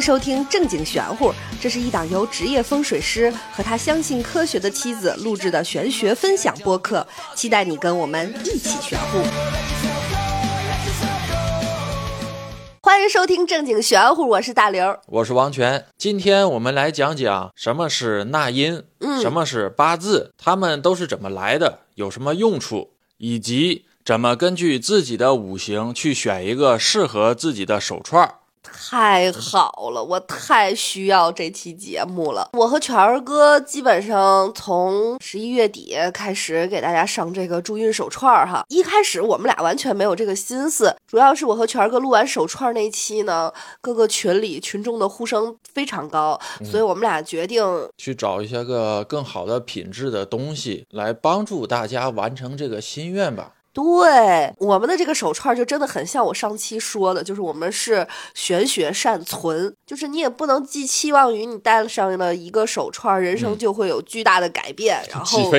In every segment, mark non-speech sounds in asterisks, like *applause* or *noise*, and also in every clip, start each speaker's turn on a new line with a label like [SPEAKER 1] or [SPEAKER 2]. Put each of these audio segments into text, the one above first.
[SPEAKER 1] 收听《正经玄乎》，这是一档由职业风水师和他相信科学的妻子录制的玄学分享播客，期待你跟我们一起玄乎。欢迎收听《正经玄乎》，我是大刘。
[SPEAKER 2] 我是王权，今天我们来讲讲什么是纳音，
[SPEAKER 1] 嗯
[SPEAKER 2] 什么是八字，它们都是怎么来的，有什么用处，以及怎么根据自己的五行去选一个适合自己的手串儿。
[SPEAKER 1] 太好了，我太需要这期节目了。我和全儿哥基本上从十一月底开始给大家上这个助孕手串儿哈。一开始我们俩完全没有这个心思，主要是我和全儿哥录完手串儿那期呢，各个群里群众的呼声非常高，所以我们俩决定
[SPEAKER 2] 去找一些个更好的品质的东西来帮助大家完成这个心愿吧。
[SPEAKER 1] 对我们的这个手串，就真的很像我上期说的，就是我们是玄学善存，就是你也不能寄期望于你戴上了一个手串，人生就会有巨大的改变，然后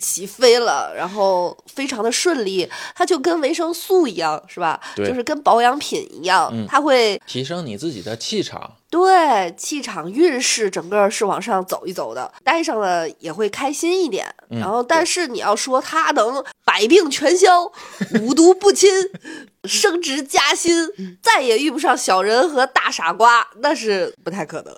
[SPEAKER 1] 起飞了，然后非常的顺利，它就跟维生素一样，是吧？
[SPEAKER 2] 对
[SPEAKER 1] 就是跟保养品一样，
[SPEAKER 2] 嗯
[SPEAKER 1] 它会
[SPEAKER 2] 提升你自己的气场，
[SPEAKER 1] 对气场运势整个是往上走一走的，戴上了也会开心一点。
[SPEAKER 2] 嗯
[SPEAKER 1] 然后，但是你要说它能百病全消、五毒不侵、升职加薪，再也遇不上小人和大傻瓜，那是不太可能。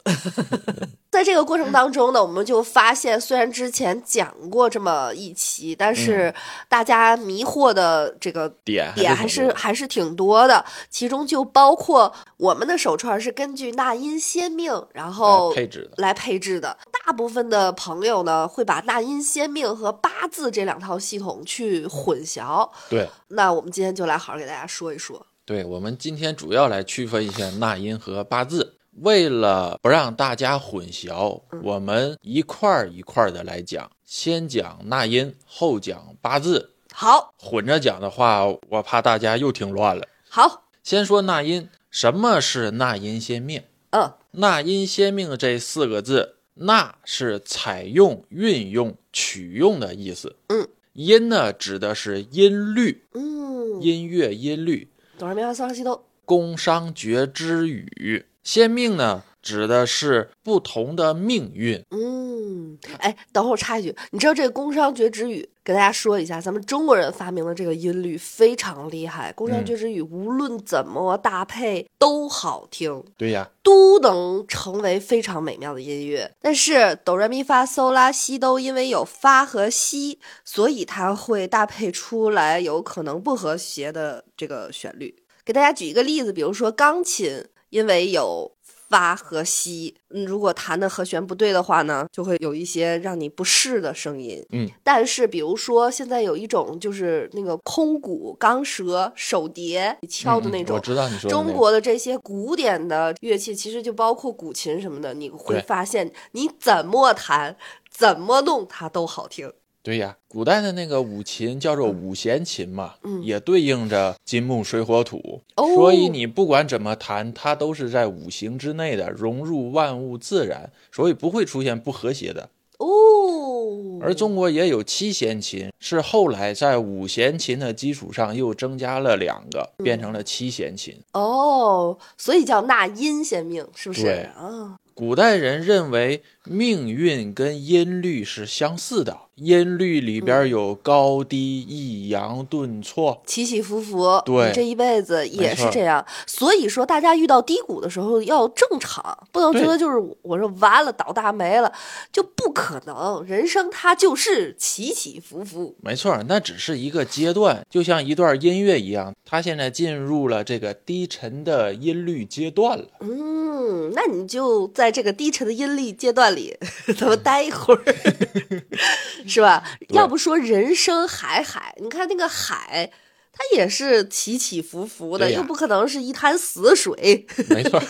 [SPEAKER 1] 在这个过程当中呢，我们就发现，虽然之前讲过这么一期，但是大家迷惑的这个
[SPEAKER 2] 点
[SPEAKER 1] 点还
[SPEAKER 2] 还
[SPEAKER 1] 是还是挺多的，其中就包括我们的手串是根据纳音先命，然后
[SPEAKER 2] 来呃配置的。
[SPEAKER 1] 来配置的。大部分的朋友呢，会把纳音先命和八字这两套系统去混淆。
[SPEAKER 2] 对
[SPEAKER 1] 那我们今天就来好好给大家说一说。
[SPEAKER 2] 对，我们今天主要来区分一下纳音和八字。为了不让大家混淆，我们一块儿一块儿的来讲，先讲纳音，后讲八字，
[SPEAKER 1] 好，
[SPEAKER 2] 混着讲的话，我怕大家又听乱了。
[SPEAKER 1] 好，
[SPEAKER 2] 先说纳音，什么是纳音先命？
[SPEAKER 1] 嗯，
[SPEAKER 2] 纳音先命这四个字，纳是采用、运用、取用的意思。
[SPEAKER 1] 嗯，
[SPEAKER 2] 音呢指的是音律，
[SPEAKER 1] 嗯，
[SPEAKER 2] 音乐音律。
[SPEAKER 1] 哆来咪发嗦拉西哆，
[SPEAKER 2] 工商角之语。先命呢，指的是不同的命运。
[SPEAKER 1] 嗯，哎，等会儿我插一句，你知道这个工商角徵羽，给大家说一下，咱们中国人发明的这个音律非常厉害，工商
[SPEAKER 2] 嗯
[SPEAKER 1] 角徵羽无论怎么搭配都好听，
[SPEAKER 2] 对呀，
[SPEAKER 1] 都能成为非常美妙的音乐。但是哆来咪发嗦拉西哆，因为有发和西，所以它会搭配出来有可能不和谐的这个旋律。给大家举一个例子，比如说钢琴，因为有发和西，嗯，如果弹的和弦不对的话呢，就会有一些让你不适的声音。
[SPEAKER 2] 嗯，
[SPEAKER 1] 但是比如说现在有一种就是那个空鼓、钢舌、手碟你敲的
[SPEAKER 2] 嗯嗯
[SPEAKER 1] 那种，
[SPEAKER 2] 我知道你说的那
[SPEAKER 1] 中
[SPEAKER 2] 个
[SPEAKER 1] 国的这些古典的乐器，其实就包括古琴什么的，你会
[SPEAKER 2] 对
[SPEAKER 1] 发现你怎么弹、怎么弄它都好听。
[SPEAKER 2] 对呀，古代的那个五禽叫做五弦琴嘛，
[SPEAKER 1] 嗯
[SPEAKER 2] 也对应着金木水火土，
[SPEAKER 1] 哦
[SPEAKER 2] 所以你不管怎么弹，它都是在五行之内的，融入万物自然，所以不会出现不和谐的。
[SPEAKER 1] 哦，
[SPEAKER 2] 而中国也有七弦琴，是后来在五弦琴的基础上又增加了两个，
[SPEAKER 1] 嗯
[SPEAKER 2] 变成了七弦琴。
[SPEAKER 1] 哦，所以叫纳音先命，是不是？
[SPEAKER 2] 对
[SPEAKER 1] 啊，
[SPEAKER 2] 古代人认为命运跟音律是相似的，音律里边有高低、抑扬顿挫。
[SPEAKER 1] 起起伏伏，
[SPEAKER 2] 对
[SPEAKER 1] 你这一辈子也
[SPEAKER 2] 没
[SPEAKER 1] 是
[SPEAKER 2] 错
[SPEAKER 1] 这样。所以说，大家遇到低谷的时候要正常，不能觉
[SPEAKER 2] 对
[SPEAKER 1] 得就是我说完了倒大霉了，就不可能。人生它就是起起伏伏。
[SPEAKER 2] 没错，那只是一个阶段，就像一段音乐一样，它现在进入了这个低沉的音律阶段了。
[SPEAKER 1] 嗯，那你就在这个低沉的阴历阶段里，咱们待一会
[SPEAKER 2] *laughs*
[SPEAKER 1] 儿，是吧？要不说人生海海，你看那个海，它也是起起伏伏的，
[SPEAKER 2] 对呀
[SPEAKER 1] 又不可能是一滩死水， *laughs*
[SPEAKER 2] 没错，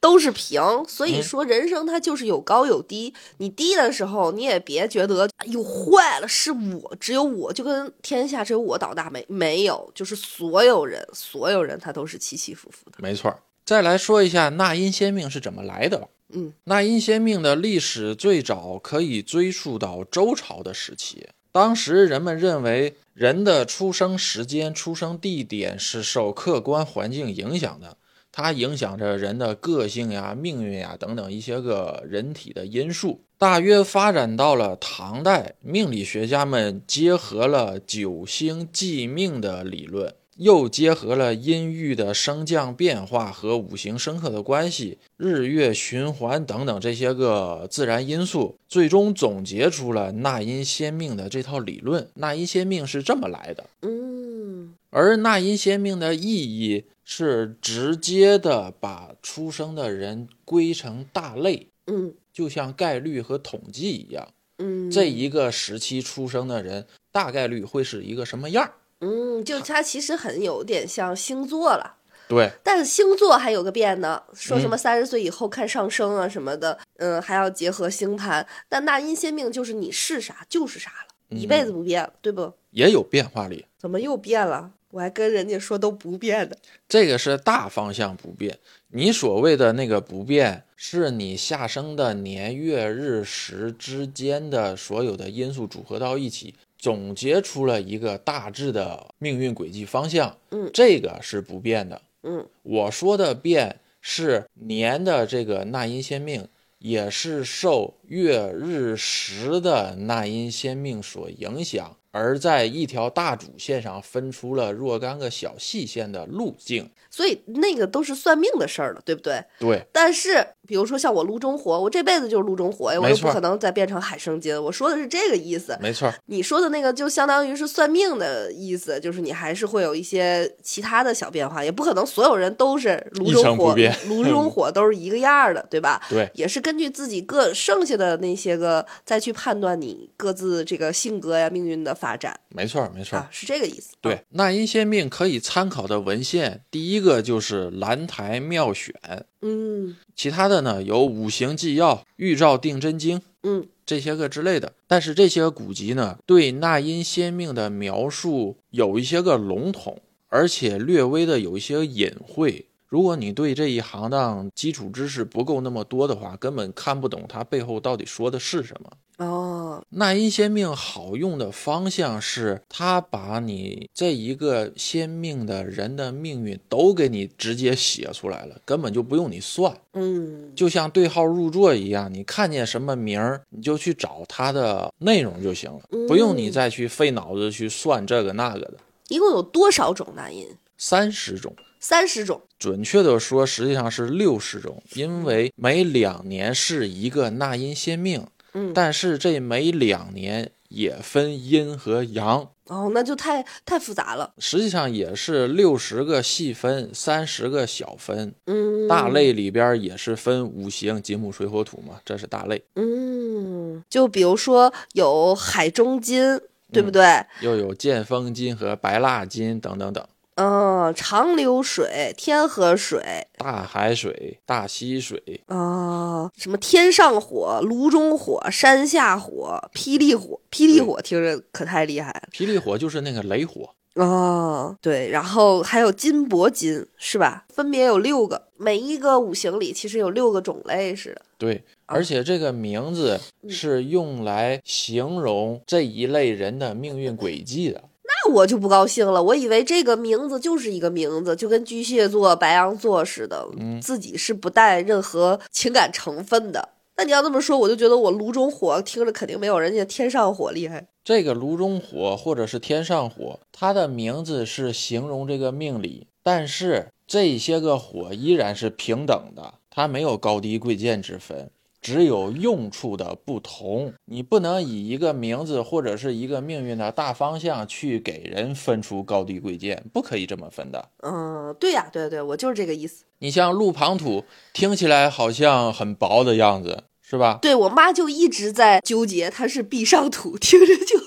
[SPEAKER 1] 都是平。所以
[SPEAKER 2] 嗯
[SPEAKER 1] 说，人生它就是有高有低。你低的时候，你也别觉得哎呦坏了，是我，只有我，就跟天下只有我倒大霉，没有，就是所有人，所有人他都是起起伏伏的。
[SPEAKER 2] 没错。再来说一下纳音先命是怎么来的吧。
[SPEAKER 1] 嗯，
[SPEAKER 2] 那阴先命的历史最早可以追溯到周朝的时期。当时人们认为人的出生时间、出生地点是受客观环境影响的，它影响着人的个性呀、命运呀等等一些个人体的因素。大约发展到了唐代，命理学家们结合了九星记命的理论，又结合了阴域的升降变化和五行生克的关系、日月循环等等这些个自然因素，最终总结出了纳音先命的这套理论。纳音先命是这么来的，
[SPEAKER 1] 嗯，
[SPEAKER 2] 而纳音先命的意义是直接的把出生的人归成大类，
[SPEAKER 1] 嗯
[SPEAKER 2] 就像概率和统计一样，
[SPEAKER 1] 嗯，
[SPEAKER 2] 这一个时期出生的人大概率会是一个什么样儿？
[SPEAKER 1] 嗯，就它其实很有点像星座了。
[SPEAKER 2] 对，
[SPEAKER 1] 但是星座还有个变呢，说什
[SPEAKER 2] 嗯
[SPEAKER 1] 么三十岁以后看上升啊什么的，嗯还要结合星盘。但纳音先命就是你是啥就是啥了，一辈
[SPEAKER 2] 嗯
[SPEAKER 1] 子不变，对不？
[SPEAKER 2] 也有变化力，
[SPEAKER 1] 怎么又变了？我还跟人家说都不变的。
[SPEAKER 2] 这个是大方向不变。你所谓的那个不变，是你下生的年月日时之间的所有的因素组合到一起，总结出了一个大致的命运轨迹方向。
[SPEAKER 1] 嗯
[SPEAKER 2] 这个是不变的。
[SPEAKER 1] 嗯
[SPEAKER 2] 我说的变是年的这个纳音先命，也是受月日时的纳音先命所影响，而在一条大主线上分出了若干个小细线的路径。
[SPEAKER 1] 所以那个都是算命的事儿了，对不对？
[SPEAKER 2] 对，
[SPEAKER 1] 但是比如说像我炉中活，我这辈子就是炉中活呀，我
[SPEAKER 2] 没
[SPEAKER 1] 又不
[SPEAKER 2] 错
[SPEAKER 1] 可能再变成海生金。我说的是这个意思。
[SPEAKER 2] 没错，
[SPEAKER 1] 你说的那个就相当于是算命的意思，就是你还是会有一些其他的小变化，也不可能所有人都是炉
[SPEAKER 2] 一
[SPEAKER 1] 中
[SPEAKER 2] 成不
[SPEAKER 1] 火
[SPEAKER 2] 变，嗯
[SPEAKER 1] 炉中火都是一个样儿的，对吧？
[SPEAKER 2] 对，
[SPEAKER 1] 也是根据自己各剩下的那些个再去判断你各自这个性格呀、命运的发展
[SPEAKER 2] 没错，没错。
[SPEAKER 1] 啊，是这个意思。
[SPEAKER 2] 对，纳音先命可以参考的文献，第一个就是《兰台妙选》，
[SPEAKER 1] 嗯
[SPEAKER 2] 其他的呢有《五行纪要》《玉照定真经》
[SPEAKER 1] 嗯
[SPEAKER 2] 这些个之类的。但是这些古籍呢，对纳音先命的描述有一些个笼统，而且略微的有一些隐晦。如果你对这一行当基础知识不够那么多的话，根本看不懂它背后到底说的是什么。
[SPEAKER 1] 哦
[SPEAKER 2] 纳音先命好用的方向是，它把你这一个先命的人的命运都给你直接写出来了，根本就不用你算。
[SPEAKER 1] 嗯
[SPEAKER 2] 就像对号入座一样，你看见什么名儿，你就去找它的内容就行了，
[SPEAKER 1] 嗯
[SPEAKER 2] 不用你再去费脑子去算这个那个的。
[SPEAKER 1] 一共有多少种纳音？
[SPEAKER 2] 三十种，
[SPEAKER 1] 三十种。
[SPEAKER 2] 准确的说，实际上是六十种，因为每两年是一个纳音先命，
[SPEAKER 1] 嗯
[SPEAKER 2] 但是这每两年也分阴和阳，
[SPEAKER 1] 哦，那就太太复杂了。
[SPEAKER 2] 实际上也是六十个细分，三十个小分。
[SPEAKER 1] 嗯，
[SPEAKER 2] 大类里边也是分五行金木水火土嘛，这是大类，
[SPEAKER 1] 嗯，就比如说有海中金，对不对？
[SPEAKER 2] 又有剑锋金和白蜡金等等等，
[SPEAKER 1] 嗯、长流水、天河水，
[SPEAKER 2] 大海水、大溪水，
[SPEAKER 1] 啊、什么天上火、炉中火、山下火、霹雳火，霹雳火听着可太厉害了
[SPEAKER 2] 霹雳火就是那个雷火，
[SPEAKER 1] 哦，对，然后还有金铂金是吧？分别有六个，每一个五行里其实有六个种类似的。
[SPEAKER 2] 对，而且这个名字是用来形容这一类人的命运轨迹的。
[SPEAKER 1] 那我就不高兴了，我以为这个名字就是一个名字，就跟巨蟹座、白羊座似的，自己是不带任何情感成分的。那你要这么说，我就觉得我炉中火听着肯定没有人家天上火厉害。
[SPEAKER 2] 这个炉中火或者是天上火，它的名字是形容这个命理，但是这些个火依然是平等的，它没有高低贵贱之分，只有用处的不同。你不能以一个名字或者是一个命运的大方向去给人分出高低贵贱，不可以这么分的。
[SPEAKER 1] 嗯，对呀、对呀对呀，我就是这个意思。
[SPEAKER 2] 你像路旁土，听起来好像很薄的样子，是吧？
[SPEAKER 1] 对我妈就一直在纠结，她是壁上土， *laughs* 听着就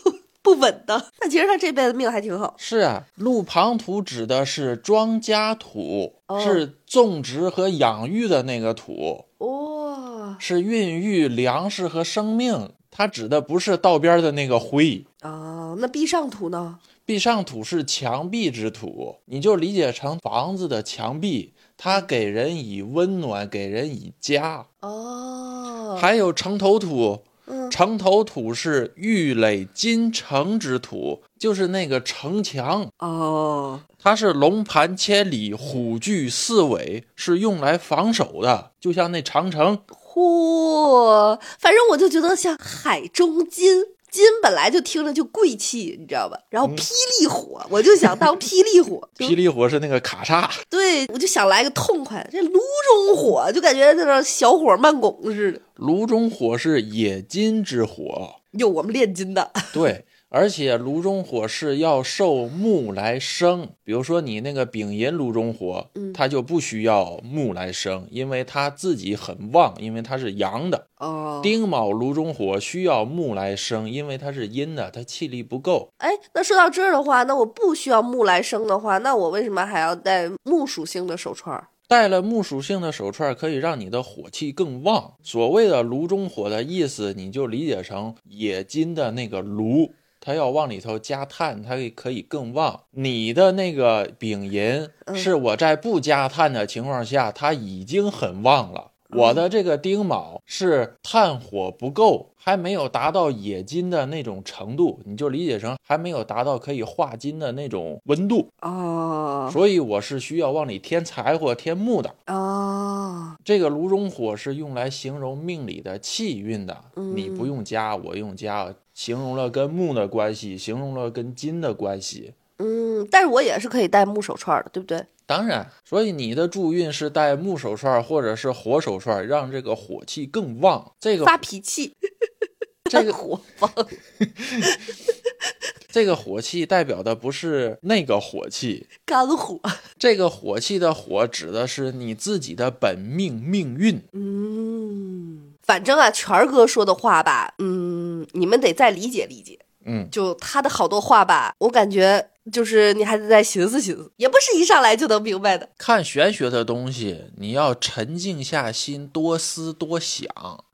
[SPEAKER 1] 不稳当。但其实她这辈子命还挺好。
[SPEAKER 2] 是啊，路旁土指的是庄稼土，
[SPEAKER 1] 哦
[SPEAKER 2] 是种植和养育的那个土，
[SPEAKER 1] 哦
[SPEAKER 2] 是孕育粮食和生命。它指的不是道边的那个灰。
[SPEAKER 1] 啊，那壁上土呢？
[SPEAKER 2] 壁上土是墙壁之土，你就理解成房子的墙壁，它给人以温暖，给人以家。
[SPEAKER 1] 哦，
[SPEAKER 2] 还有城头土，
[SPEAKER 1] 嗯
[SPEAKER 2] 城头土是玉垒金城之土，就是那个城墙，
[SPEAKER 1] 哦，
[SPEAKER 2] 它是龙盘千里，虎踞四尾，是用来防守的，就像那长城。，
[SPEAKER 1] 嚯！反正我就觉得像海中金，金本来就听着就贵气，你知道吧？然后霹雳火，我就想当霹雳火
[SPEAKER 2] 嗯 *laughs* 霹雳火是那个卡嚓，
[SPEAKER 1] 对，我就想来个痛快的。这炉中火就感觉在那小火慢拱似的。
[SPEAKER 2] 炉中火是冶金之火，
[SPEAKER 1] 有我们炼金的，
[SPEAKER 2] 对，而且炉中火是要受木来生，比如说你那个丙寅炉中火，
[SPEAKER 1] 嗯
[SPEAKER 2] 它就不需要木来生，因为它自己很旺，因为它是阳的。
[SPEAKER 1] 哦，
[SPEAKER 2] 丁卯炉中火需要木来生，因为它是阴的，它气力不够。
[SPEAKER 1] 哎，那说到这儿的话，那我不需要木来生的话，那我为什么还要戴木属性的手串儿？
[SPEAKER 2] 带了木属性的手串可以让你的火气更旺。所谓的炉中火的意思，你就理解成冶金的那个炉，它要往里头加炭，它可以更旺。你的那个丙寅
[SPEAKER 1] 嗯
[SPEAKER 2] 是我在不加炭的情况下，它已经很旺了。我的这个丁卯是炭火不够，还没有达到冶金的那种程度，你就理解成还没有达到可以化金的那种温度，
[SPEAKER 1] 哦
[SPEAKER 2] 所以我是需要往里添柴火、添木的。
[SPEAKER 1] 哦，
[SPEAKER 2] 这个炉中火是用来形容命里的气运的，你不用加，我用加，形容了跟木的关系，形容了跟金的关系。
[SPEAKER 1] 嗯，但是我也是可以戴木手串儿的，对不对？
[SPEAKER 2] 当然，所以你的助运是戴木手串或者是火手串，让这个火气更旺。这个
[SPEAKER 1] 发脾气，*laughs*
[SPEAKER 2] 这个
[SPEAKER 1] 火旺，
[SPEAKER 2] 这个火气代表的不是那个火气，
[SPEAKER 1] 肝火，
[SPEAKER 2] 这个火气的火指的是你自己的本命命运。
[SPEAKER 1] 嗯，反正啊，权儿哥说的话吧，嗯，你们得再理解理解。
[SPEAKER 2] 嗯，
[SPEAKER 1] 就他的好多话吧，我感觉就是你还得再寻思寻思，也不是一上来就能明白的。
[SPEAKER 2] 看玄学的东西，你要沉静下心，多思多想。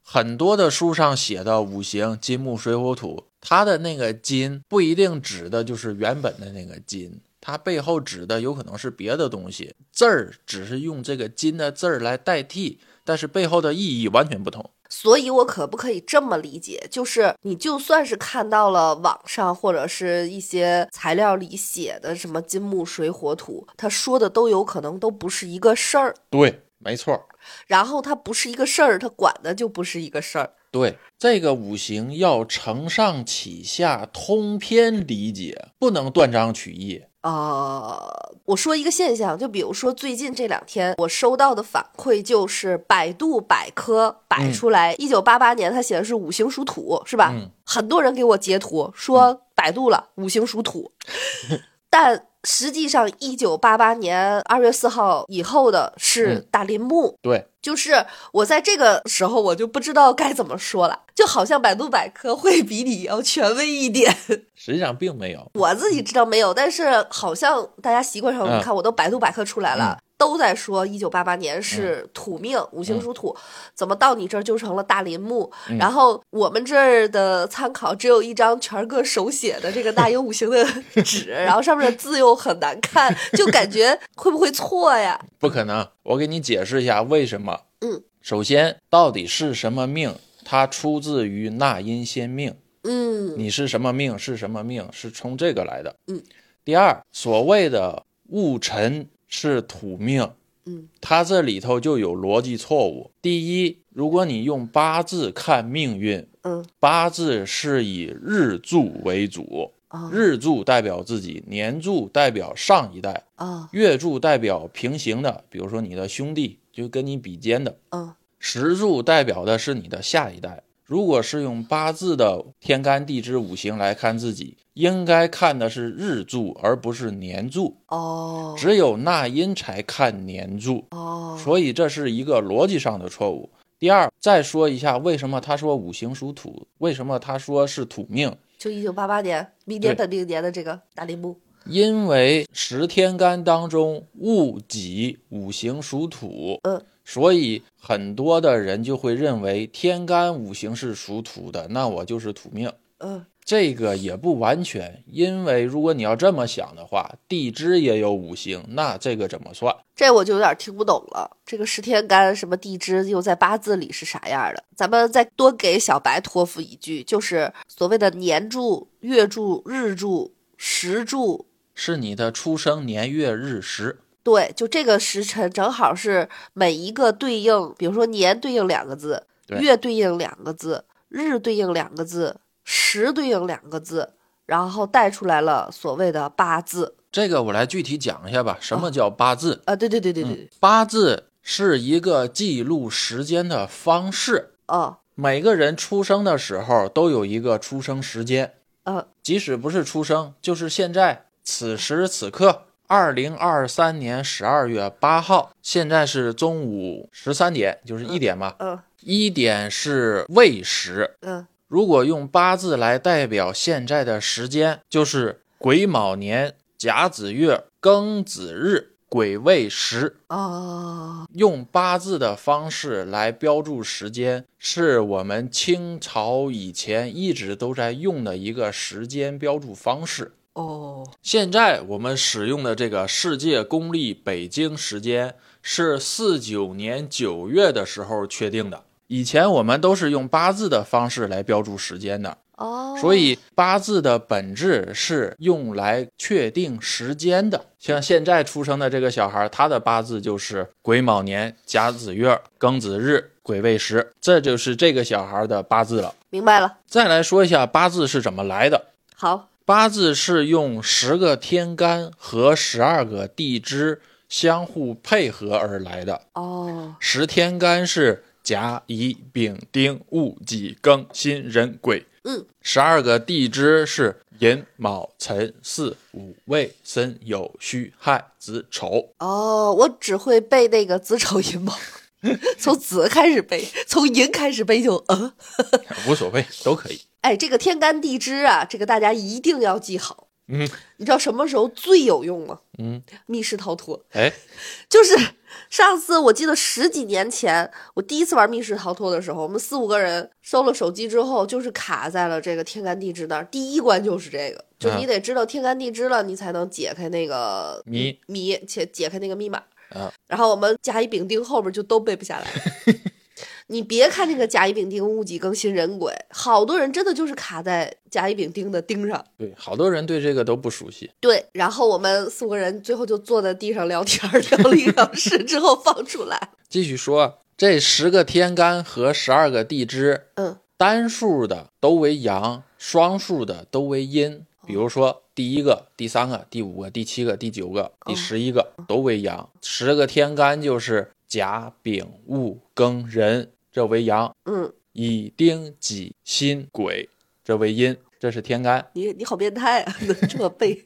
[SPEAKER 2] 很多的书上写的五行金木水火土，它的那个金不一定指的就是原本的那个金，它背后指的有可能是别的东西。字儿只是用这个金的字儿来代替，但是背后的意义完全不同。
[SPEAKER 1] 所以，我可不可以这么理解？就是你就算是看到了网上或者是一些材料里写的什么金木水火土，他说的都有可能都不是一个事儿，
[SPEAKER 2] 对，没错。
[SPEAKER 1] 然后他不是一个事儿，他管的就不是一个事儿。
[SPEAKER 2] 对这个五行要承上启下，通篇理解，不能断章取义。
[SPEAKER 1] 呃，我说一个现象，就比如说最近这两天我收到的反馈就是百度百科摆出来，一九八八年它写的是五行属土，是吧？
[SPEAKER 2] 嗯
[SPEAKER 1] 很多人给我截图说百度了五行属土， *laughs* 但实际上一九八八年二月四号以后的是
[SPEAKER 2] 嗯
[SPEAKER 1] 大林木，
[SPEAKER 2] 对，
[SPEAKER 1] 就是我在这个时候，我就不知道该怎么说了，就好像百度百科会比你要权威一点。
[SPEAKER 2] 实际上并没有。
[SPEAKER 1] 我自己知道没有，但是好像大家习惯上，
[SPEAKER 2] 嗯
[SPEAKER 1] 你看我都百度百科出来了，都在说一九八八年是
[SPEAKER 2] 嗯
[SPEAKER 1] 土命，五行属土，怎么到你这儿就成了大林木？
[SPEAKER 2] 嗯
[SPEAKER 1] 然后我们这儿的参考只有一张全哥手写的这个大英五行的纸，然后上面的字又很难看，就感觉会不会错呀？
[SPEAKER 2] 不可能，我给你解释一下为什么。
[SPEAKER 1] 嗯，
[SPEAKER 2] 首先，到底是什么命？它出自于纳音先命，
[SPEAKER 1] 嗯
[SPEAKER 2] 你是什么命是什么命，是从这个来的。
[SPEAKER 1] 嗯，
[SPEAKER 2] 第二，所谓的戊辰是土命，
[SPEAKER 1] 嗯，
[SPEAKER 2] 它这里头就有逻辑错误。第一，如果你用八字看命运，
[SPEAKER 1] 嗯
[SPEAKER 2] 八字是以日柱为主，
[SPEAKER 1] 啊
[SPEAKER 2] 日柱代表自己，年柱代表上一代，
[SPEAKER 1] 啊
[SPEAKER 2] 月柱代表平行的，比如说你的兄弟，就跟你比肩的；
[SPEAKER 1] 嗯
[SPEAKER 2] 时柱代表的是你的下一代。如果是用八字的天干地支五行来看自己，应该看的是日柱，而不是年柱。
[SPEAKER 1] 哦
[SPEAKER 2] 只有纳音才看年柱，
[SPEAKER 1] 哦
[SPEAKER 2] 所以这是一个逻辑上的错误。第二，再说一下为什么他说五行属土，为什么他说是土命？
[SPEAKER 1] 就一九八八年，明年
[SPEAKER 2] 对
[SPEAKER 1] 本命年的这个大林木。
[SPEAKER 2] 因为十天干当中戊己五行属土，
[SPEAKER 1] 嗯，
[SPEAKER 2] 所以很多的人就会认为天干五行是属土的，那我就是土命。
[SPEAKER 1] 嗯
[SPEAKER 2] 这个也不完全，因为如果你要这么想的话，地支也有五行，那这个怎么算？
[SPEAKER 1] 这我就有点听不懂了。这个十天干什么地支又在八字里是啥样的？咱们再多给小白托付一句，就是所谓的年柱、月柱、日柱、时柱，
[SPEAKER 2] 是你的出生年月日时。
[SPEAKER 1] 对，就这个时辰正好是每一个对应，比如说年对应两个字，
[SPEAKER 2] 对
[SPEAKER 1] 月对应两个字，日对应两个字，时对应两个字，然后带出来了所谓的八字。
[SPEAKER 2] 这个我来具体讲一下吧。什么叫八字？
[SPEAKER 1] 啊，对对对对对，
[SPEAKER 2] 嗯，八字是一个记录时间的方式。
[SPEAKER 1] 哦，
[SPEAKER 2] 每个人出生的时候都有一个出生时间，
[SPEAKER 1] 呃，
[SPEAKER 2] 即使不是出生，就是现在此时此刻，二零二三年十二月八号，现在是中午十三点，就是一点嘛。
[SPEAKER 1] 嗯
[SPEAKER 2] 一点是未时，
[SPEAKER 1] 嗯，
[SPEAKER 2] 如果用八字来代表现在的时间，就是癸卯年甲子月庚子日癸未时。
[SPEAKER 1] 哦，
[SPEAKER 2] 用八字的方式来标注时间，是我们清朝以前一直都在用的一个时间标注方式。
[SPEAKER 1] 哦，
[SPEAKER 2] 现在我们使用的这个世界公历北京时间是四九年九月的时候确定的。以前我们都是用八字的方式来标注时间的，
[SPEAKER 1] 哦，
[SPEAKER 2] 所以八字的本质是用来确定时间的。像现在出生的这个小孩，他的八字就是癸卯年、甲子月、庚子日、癸未时，这就是这个小孩的八字了。
[SPEAKER 1] 明白了。
[SPEAKER 2] 再来说一下八字是怎么来的。
[SPEAKER 1] 好，
[SPEAKER 2] 八字是用十个天干和十二个地支相互配合而来的。
[SPEAKER 1] 哦，
[SPEAKER 2] 十天干是甲、乙、丙、丁、戊、己、庚、辛、壬、癸。
[SPEAKER 1] 嗯，
[SPEAKER 2] 十二个地支是寅、卯、辰、巳、午、未、申、酉、戌、亥、子、丑。 *laughs*
[SPEAKER 1] 哦，我只会背那个子丑寅卯， *laughs* 从子开始背，从寅开始背就嗯。
[SPEAKER 2] 无所谓，都可以。
[SPEAKER 1] 哎，这个天干地支啊，这个大家一定要记好。
[SPEAKER 2] 嗯，
[SPEAKER 1] 你知道什么时候最有用吗？
[SPEAKER 2] 嗯，
[SPEAKER 1] 密室逃脱，
[SPEAKER 2] 哎，
[SPEAKER 1] 就是 *laughs* 上次我记得十几年前，我第一次玩密室逃脱的时候，我们四五个人收了手机之后，就是卡在了这个天干地支那儿。第一关就是这个，就是你
[SPEAKER 2] 嗯
[SPEAKER 1] 得知道天干地支了，你才能解开那个
[SPEAKER 2] 谜
[SPEAKER 1] 谜，解解开那个密码。
[SPEAKER 2] 啊，
[SPEAKER 1] 然后我们甲乙丙丁后边就都背不下来了。
[SPEAKER 2] *laughs*
[SPEAKER 1] 你别看这个甲乙丙丁戊己庚辛壬癸，好多人真的就是卡在甲乙丙丁的丁上。
[SPEAKER 2] 对，好多人对这个都不熟悉。
[SPEAKER 1] 对，然后我们四五个人最后就坐在地上聊天儿，聊了一个小时之后放出来。
[SPEAKER 2] 继续说，啊这十个天干和十二个地支，
[SPEAKER 1] 嗯，
[SPEAKER 2] 单数的都为阳，双数的都为阴。比如说，第一个、第三个、第五个、第七个、第九个、第十一个都为阳。十个天干就是甲、丙、戊、庚、壬，这为阳；
[SPEAKER 1] 嗯，
[SPEAKER 2] 乙、丁、己、辛、癸，这为阴。这是天干。
[SPEAKER 1] 你你好变态啊， *laughs* 能这么背，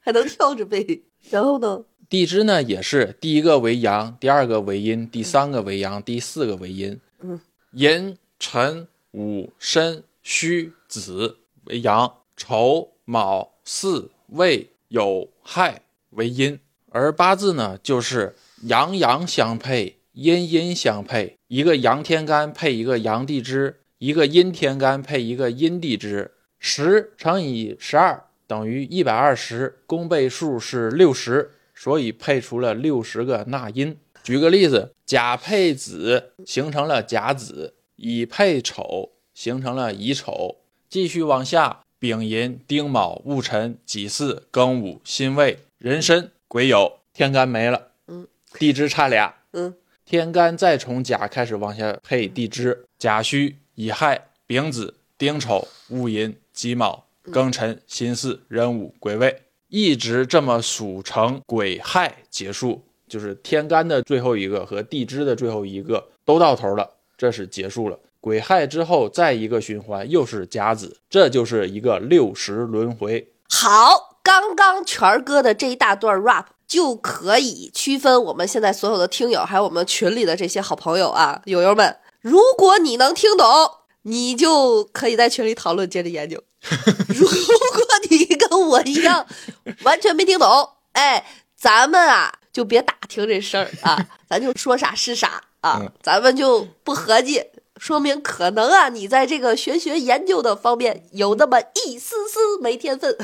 [SPEAKER 1] 还能跳着背。然后呢？
[SPEAKER 2] 地支呢也是第一个为阳，第二个为阴，第三个为阳，第四个为阴。
[SPEAKER 1] 嗯，
[SPEAKER 2] 寅、辰、午、申、戌、子为阳，丑、卯、巳、未、酉、亥为阴。而八字呢，就是阳阳相配，阴阴相配，一个阳天干配一个阳地支，一个阴天干配一个阴地支。十乘以十二等于一百二十，公倍数是六十，所以配出了六十个纳音。举个例子，甲配子形成了甲子，乙配丑形成了乙丑。继续往下，丙寅、丁卯、戊辰、己巳、庚午、辛未、壬申、癸酉，天干没了，
[SPEAKER 1] 嗯，
[SPEAKER 2] 地支差俩，
[SPEAKER 1] 嗯，
[SPEAKER 2] 天干再从甲开始往下配地支，甲戌、乙亥、丙子、丁丑、戊寅、己卯、庚辰、辛巳、壬午、癸未，一直这么数成癸亥结束，就是天干的最后一个和地支的最后一个都到头了，这是结束了。癸亥之后再一个循环，又是甲子，这就是一个六十轮回。
[SPEAKER 1] 好，刚刚全儿哥的这一大段 rap 就可以区分我们现在所有的听友，还有我们群里的这些好朋友啊，友友们，如果你能听懂，你就可以在群里讨论，接着研究。如果你跟我一样完全没听懂，哎，咱们啊就别打听这事儿啊，咱就说啥是啥啊，
[SPEAKER 2] 嗯
[SPEAKER 1] 咱们就不合计，说明可能啊，你在这个玄学研究的方面有那么一丝丝没天分。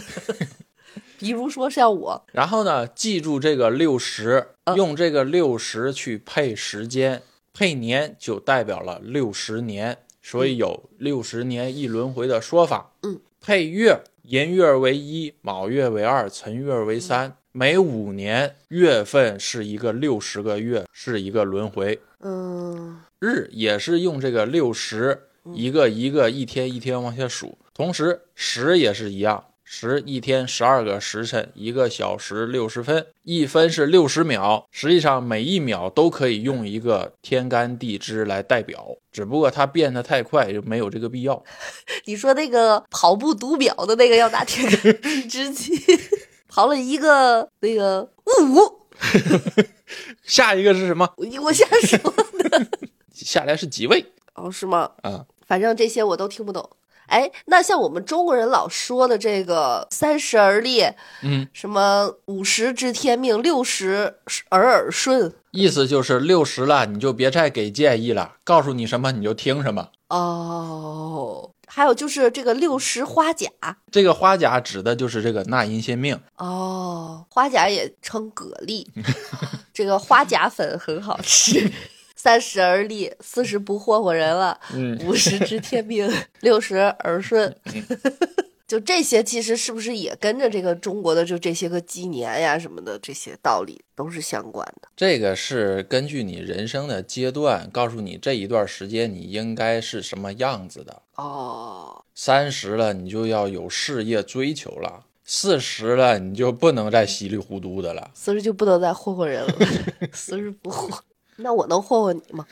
[SPEAKER 1] 比如说像我，
[SPEAKER 2] 然后呢，记住这个六十，用这个六十去配时间，配年就代表了六十年，所以有六十年一轮回的说法。
[SPEAKER 1] 嗯，
[SPEAKER 2] 配月，寅月为一，卯月为二，辰月为三。每五年月份是一个六十个月，是一个轮回。
[SPEAKER 1] 嗯
[SPEAKER 2] 日也是用这个六十一个一个一天一天往下数，同时时也是一样，时一天十二个时辰，一个小时六十分，一分是六十秒。实际上每一秒都可以用一个天干地支来代表，只不过它变得太快就没有这个必要。
[SPEAKER 1] 你说那个跑步读秒的那个要拿铁杆 *laughs* 制之器，跑了一个那个物五，
[SPEAKER 2] 下一个是什么？
[SPEAKER 1] 我我瞎说 *laughs* 的。
[SPEAKER 2] 下来是几位
[SPEAKER 1] 哦，是吗？
[SPEAKER 2] 啊？
[SPEAKER 1] 反正这些我都听不懂。哎，那像我们中国人老说的这个三十而立，
[SPEAKER 2] 嗯，
[SPEAKER 1] 什么五十知天命，六十而耳顺
[SPEAKER 2] 意思就是六十了你就别再给建议了，告诉你什么你就听什么。
[SPEAKER 1] 哦，还有就是这个六十花甲
[SPEAKER 2] 这个花甲指的就是这个纳音先命。 *laughs*
[SPEAKER 1] 哦，花甲也称蛤蜊，这个花甲粉很好吃。三十而立，四十不霍霍人了，
[SPEAKER 2] 嗯
[SPEAKER 1] 五十知天命，六十耳顺。 *laughs* 就这些，其实是不是也跟着这个中国的就这些个纪年呀什么的这些道理都是相关的？
[SPEAKER 2] 这个是根据你人生的阶段，告诉你这一段时间你应该是什么样子的。
[SPEAKER 1] 哦，
[SPEAKER 2] 三十了，你就要有事业追求了；四十了，你就不能再稀里糊涂的了。
[SPEAKER 1] 四十就不能再霍霍人了，四十不霍。那我能霍霍你吗？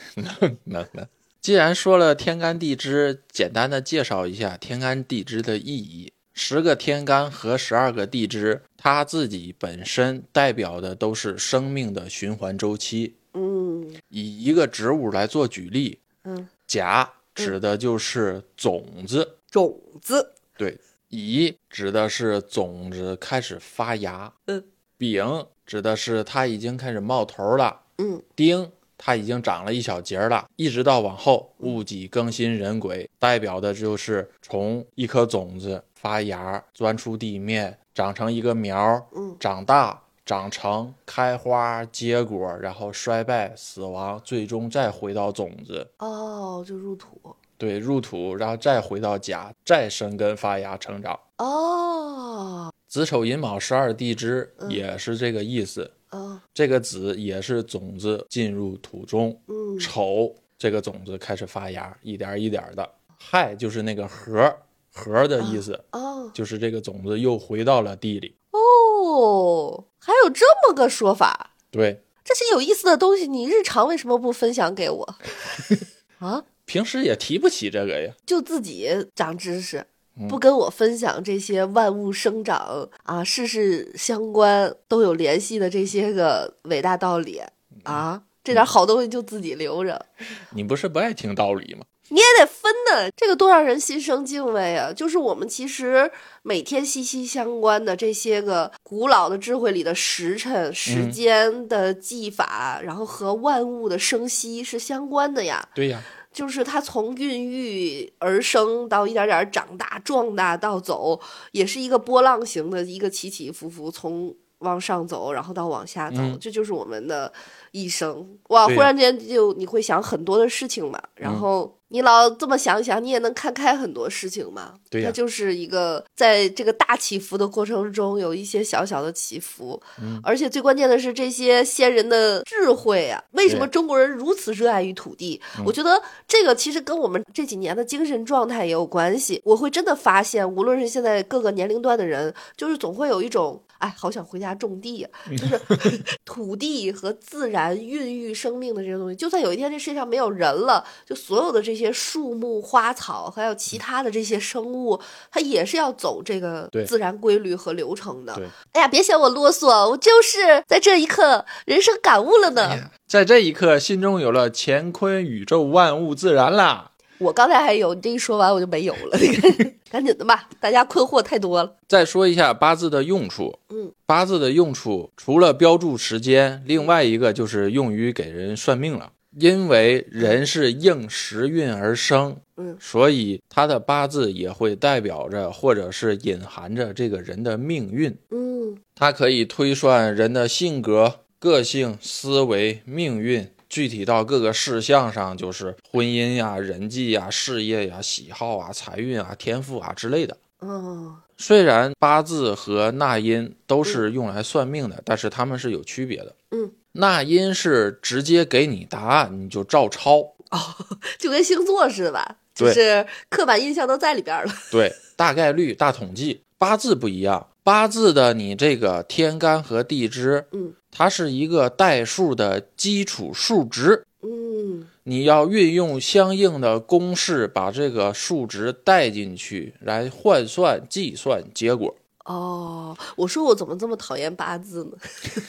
[SPEAKER 2] 那那，既然说了天干地支，简单的介绍一下天干地支的意义。十个天干和十二个地支，它自己本身代表的都是生命的循环周期。
[SPEAKER 1] 嗯
[SPEAKER 2] 以一个植物来做举例，
[SPEAKER 1] 嗯，
[SPEAKER 2] 甲指的就是种子。
[SPEAKER 1] 种子，
[SPEAKER 2] 对，乙指的是种子开始发芽，
[SPEAKER 1] 嗯
[SPEAKER 2] 丙指的是它已经开始冒头了，
[SPEAKER 1] 嗯
[SPEAKER 2] 丁它已经长了一小节了，一直到往后戊己更新壬癸，代表的就是从一颗种子发芽，钻出地面，长成一个苗儿，
[SPEAKER 1] 嗯
[SPEAKER 2] 长大。长成、开花、结果，然后衰败、死亡，最终再回到种子，
[SPEAKER 1] 哦，就入土
[SPEAKER 2] 对，入土，然后再回到甲，再生根发芽成长。
[SPEAKER 1] 哦
[SPEAKER 2] 子丑寅卯十二地支
[SPEAKER 1] 嗯
[SPEAKER 2] 也是这个意思。
[SPEAKER 1] 哦
[SPEAKER 2] 这个子也是种子进入土中，
[SPEAKER 1] 嗯
[SPEAKER 2] 丑这个种子开始发芽，一点儿一点儿的。亥就是那个核，核的意思、
[SPEAKER 1] 哦
[SPEAKER 2] 就是这个种子又回到了地里。
[SPEAKER 1] 哦，还有这么个说法，
[SPEAKER 2] 对，
[SPEAKER 1] 这些有意思的东西，你日常为什么不分享给我啊？
[SPEAKER 2] 平时也提不起这个呀。
[SPEAKER 1] 就自己长知识，
[SPEAKER 2] 嗯
[SPEAKER 1] 不跟我分享这些万物生长啊、事事相关都有联系的这些个伟大道理啊，这点好东西就自己留着，
[SPEAKER 2] 你不是不爱听道理吗？
[SPEAKER 1] 你也得分呢，这个多让人心生敬畏啊！就是我们其实每天息息相关的这些个古老的智慧里的时辰、时间的技法，然后和万物的生息是相关的呀。
[SPEAKER 2] 对呀，
[SPEAKER 1] 就是它从孕育而生到一点点长大壮大到走，也是一个波浪形的一个起起伏伏，从往上走，然后到往下走，
[SPEAKER 2] 嗯
[SPEAKER 1] 这就是我们的一生。哇，
[SPEAKER 2] 对
[SPEAKER 1] 忽
[SPEAKER 2] 呀
[SPEAKER 1] 然间就你会想很多的事情嘛，
[SPEAKER 2] 嗯
[SPEAKER 1] 然后你老这么想一想，你也能看开很多事情嘛。
[SPEAKER 2] 对呀
[SPEAKER 1] 它就是一个在这个大起伏的过程中有一些小小的起伏，
[SPEAKER 2] 嗯
[SPEAKER 1] 而且最关键的是，这些先人的智慧啊，为什么中国人如此热爱于土地？
[SPEAKER 2] 嗯
[SPEAKER 1] 我觉得这个其实跟我们这几年的精神状态也有关系。我会真的发现，无论是现在各个年龄段的人，就是总会有一种。哎，好想回家种地啊呀、就是 *laughs* 土地和自然孕育生命的这些东西。就算有一天这世界上没有人了，就所有的这些树木、花草，还有其他的这些生物，它也是要走这个
[SPEAKER 2] 对
[SPEAKER 1] 自然规律和流程的。
[SPEAKER 2] 对。
[SPEAKER 1] 哎呀，别嫌我啰嗦，我就是在这一刻人生感悟了呢。
[SPEAKER 2] 在这一刻，心中有了乾坤宇宙万物自然啦。
[SPEAKER 1] 我刚才还有，你这一说完我就没有了， *laughs* 你看赶紧的吧，大家困惑太多了。
[SPEAKER 2] 再说一下八字的用处。
[SPEAKER 1] 嗯，
[SPEAKER 2] 八字的用处除了标注时间，另外一个就是用于给人算命了。因为人是应时运而生，
[SPEAKER 1] 嗯
[SPEAKER 2] 所以他的八字也会代表着或者是隐含着这个人的命运。
[SPEAKER 1] 嗯
[SPEAKER 2] 它可以推算人的性格、个性、思维、命运，具体到各个事项上，就是婚姻呀、人际呀、事业呀、喜好啊、财运啊、天赋啊之类的。
[SPEAKER 1] 哦
[SPEAKER 2] 虽然八字和纳音都是用来算命的，但是它们是有区别的。
[SPEAKER 1] 嗯，
[SPEAKER 2] 纳音是直接给你答案，你就照抄。
[SPEAKER 1] 就跟星座似的吧，就
[SPEAKER 2] 对
[SPEAKER 1] 是刻板印象都在里边儿了。
[SPEAKER 2] 对，大概率、大统计。八字不一样，八字的你这个天干和地支，
[SPEAKER 1] 嗯，
[SPEAKER 2] 它是一个代数的基础数值，
[SPEAKER 1] 嗯
[SPEAKER 2] 你要运用相应的公式把这个数值带进去，来换算计算结果。
[SPEAKER 1] 哦，我说我怎么这么讨厌八字呢？ *laughs*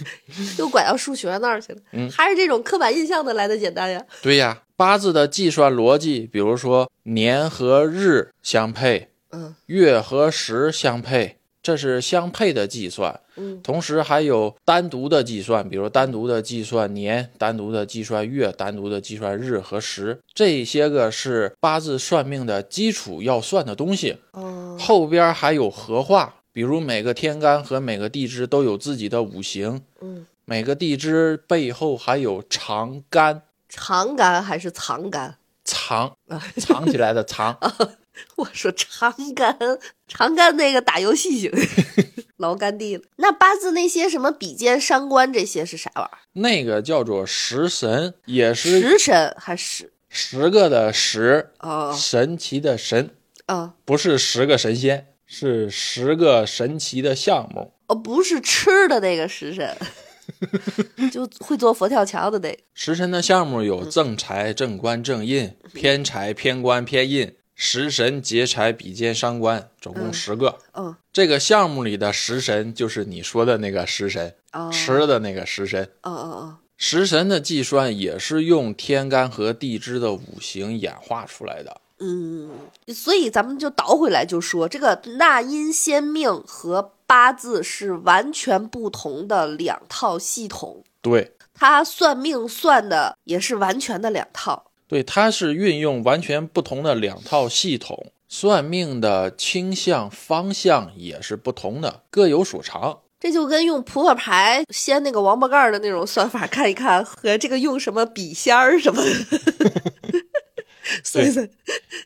[SPEAKER 1] 又拐到数学那儿去了，
[SPEAKER 2] 嗯
[SPEAKER 1] 还是这种刻板印象的来的简单呀。
[SPEAKER 2] 对呀，八字的计算逻辑，比如说年和日相配，
[SPEAKER 1] 嗯
[SPEAKER 2] 月和时相配，这是相配的计算。
[SPEAKER 1] 嗯
[SPEAKER 2] 同时还有单独的计算，比如单独的计算年、单独的计算月、单独的计算日和时，这些个是八字算命的基础要算的东西。
[SPEAKER 1] 哦
[SPEAKER 2] 后边还有合化，比如每个天干和每个地支都有自己的五行，
[SPEAKER 1] 嗯，
[SPEAKER 2] 每个地支背后还有长干，
[SPEAKER 1] 长干还是藏干
[SPEAKER 2] 藏
[SPEAKER 1] 啊？
[SPEAKER 2] 藏起来的藏。
[SPEAKER 1] *laughs* 我说长干，长干那个打游戏型，
[SPEAKER 2] *laughs*
[SPEAKER 1] 老干地了。那八字那些什么比肩、伤官这些是啥玩意儿？
[SPEAKER 2] 那个叫做食神，也是
[SPEAKER 1] 食神还是
[SPEAKER 2] 十个的十，
[SPEAKER 1] 哦
[SPEAKER 2] 神奇的神。
[SPEAKER 1] 哦
[SPEAKER 2] 不是十个神仙，是十个神奇的项目。
[SPEAKER 1] 哦，不是吃的那个食
[SPEAKER 2] *laughs*
[SPEAKER 1] 神，就会做佛跳墙的那个。
[SPEAKER 2] 食神的项目
[SPEAKER 1] 嗯
[SPEAKER 2] 有正财、正官、正印、偏财、偏官、偏印、食神、劫财、比肩、伤官，总共
[SPEAKER 1] 嗯
[SPEAKER 2] 十个。
[SPEAKER 1] 嗯
[SPEAKER 2] 这个项目里的食神就是你说的那个食神，
[SPEAKER 1] 哦
[SPEAKER 2] 吃的那个食神。
[SPEAKER 1] 哦哦
[SPEAKER 2] 食神的计算也是用天干和地支的五行演化出来的。
[SPEAKER 1] 哦，嗯，所以咱们就倒回来就说，这个纳音先命和八字是完全不同的两套系统，
[SPEAKER 2] 对，
[SPEAKER 1] 它算命算的也是完全的两套。
[SPEAKER 2] 对，它是运用完全不同的两套系统，算命的倾向方向也是不同的，各有所长。
[SPEAKER 1] 这就跟用扑克牌掀那个王八盖儿的那种算法看一看，和这个用什么笔仙儿什么的，所以呢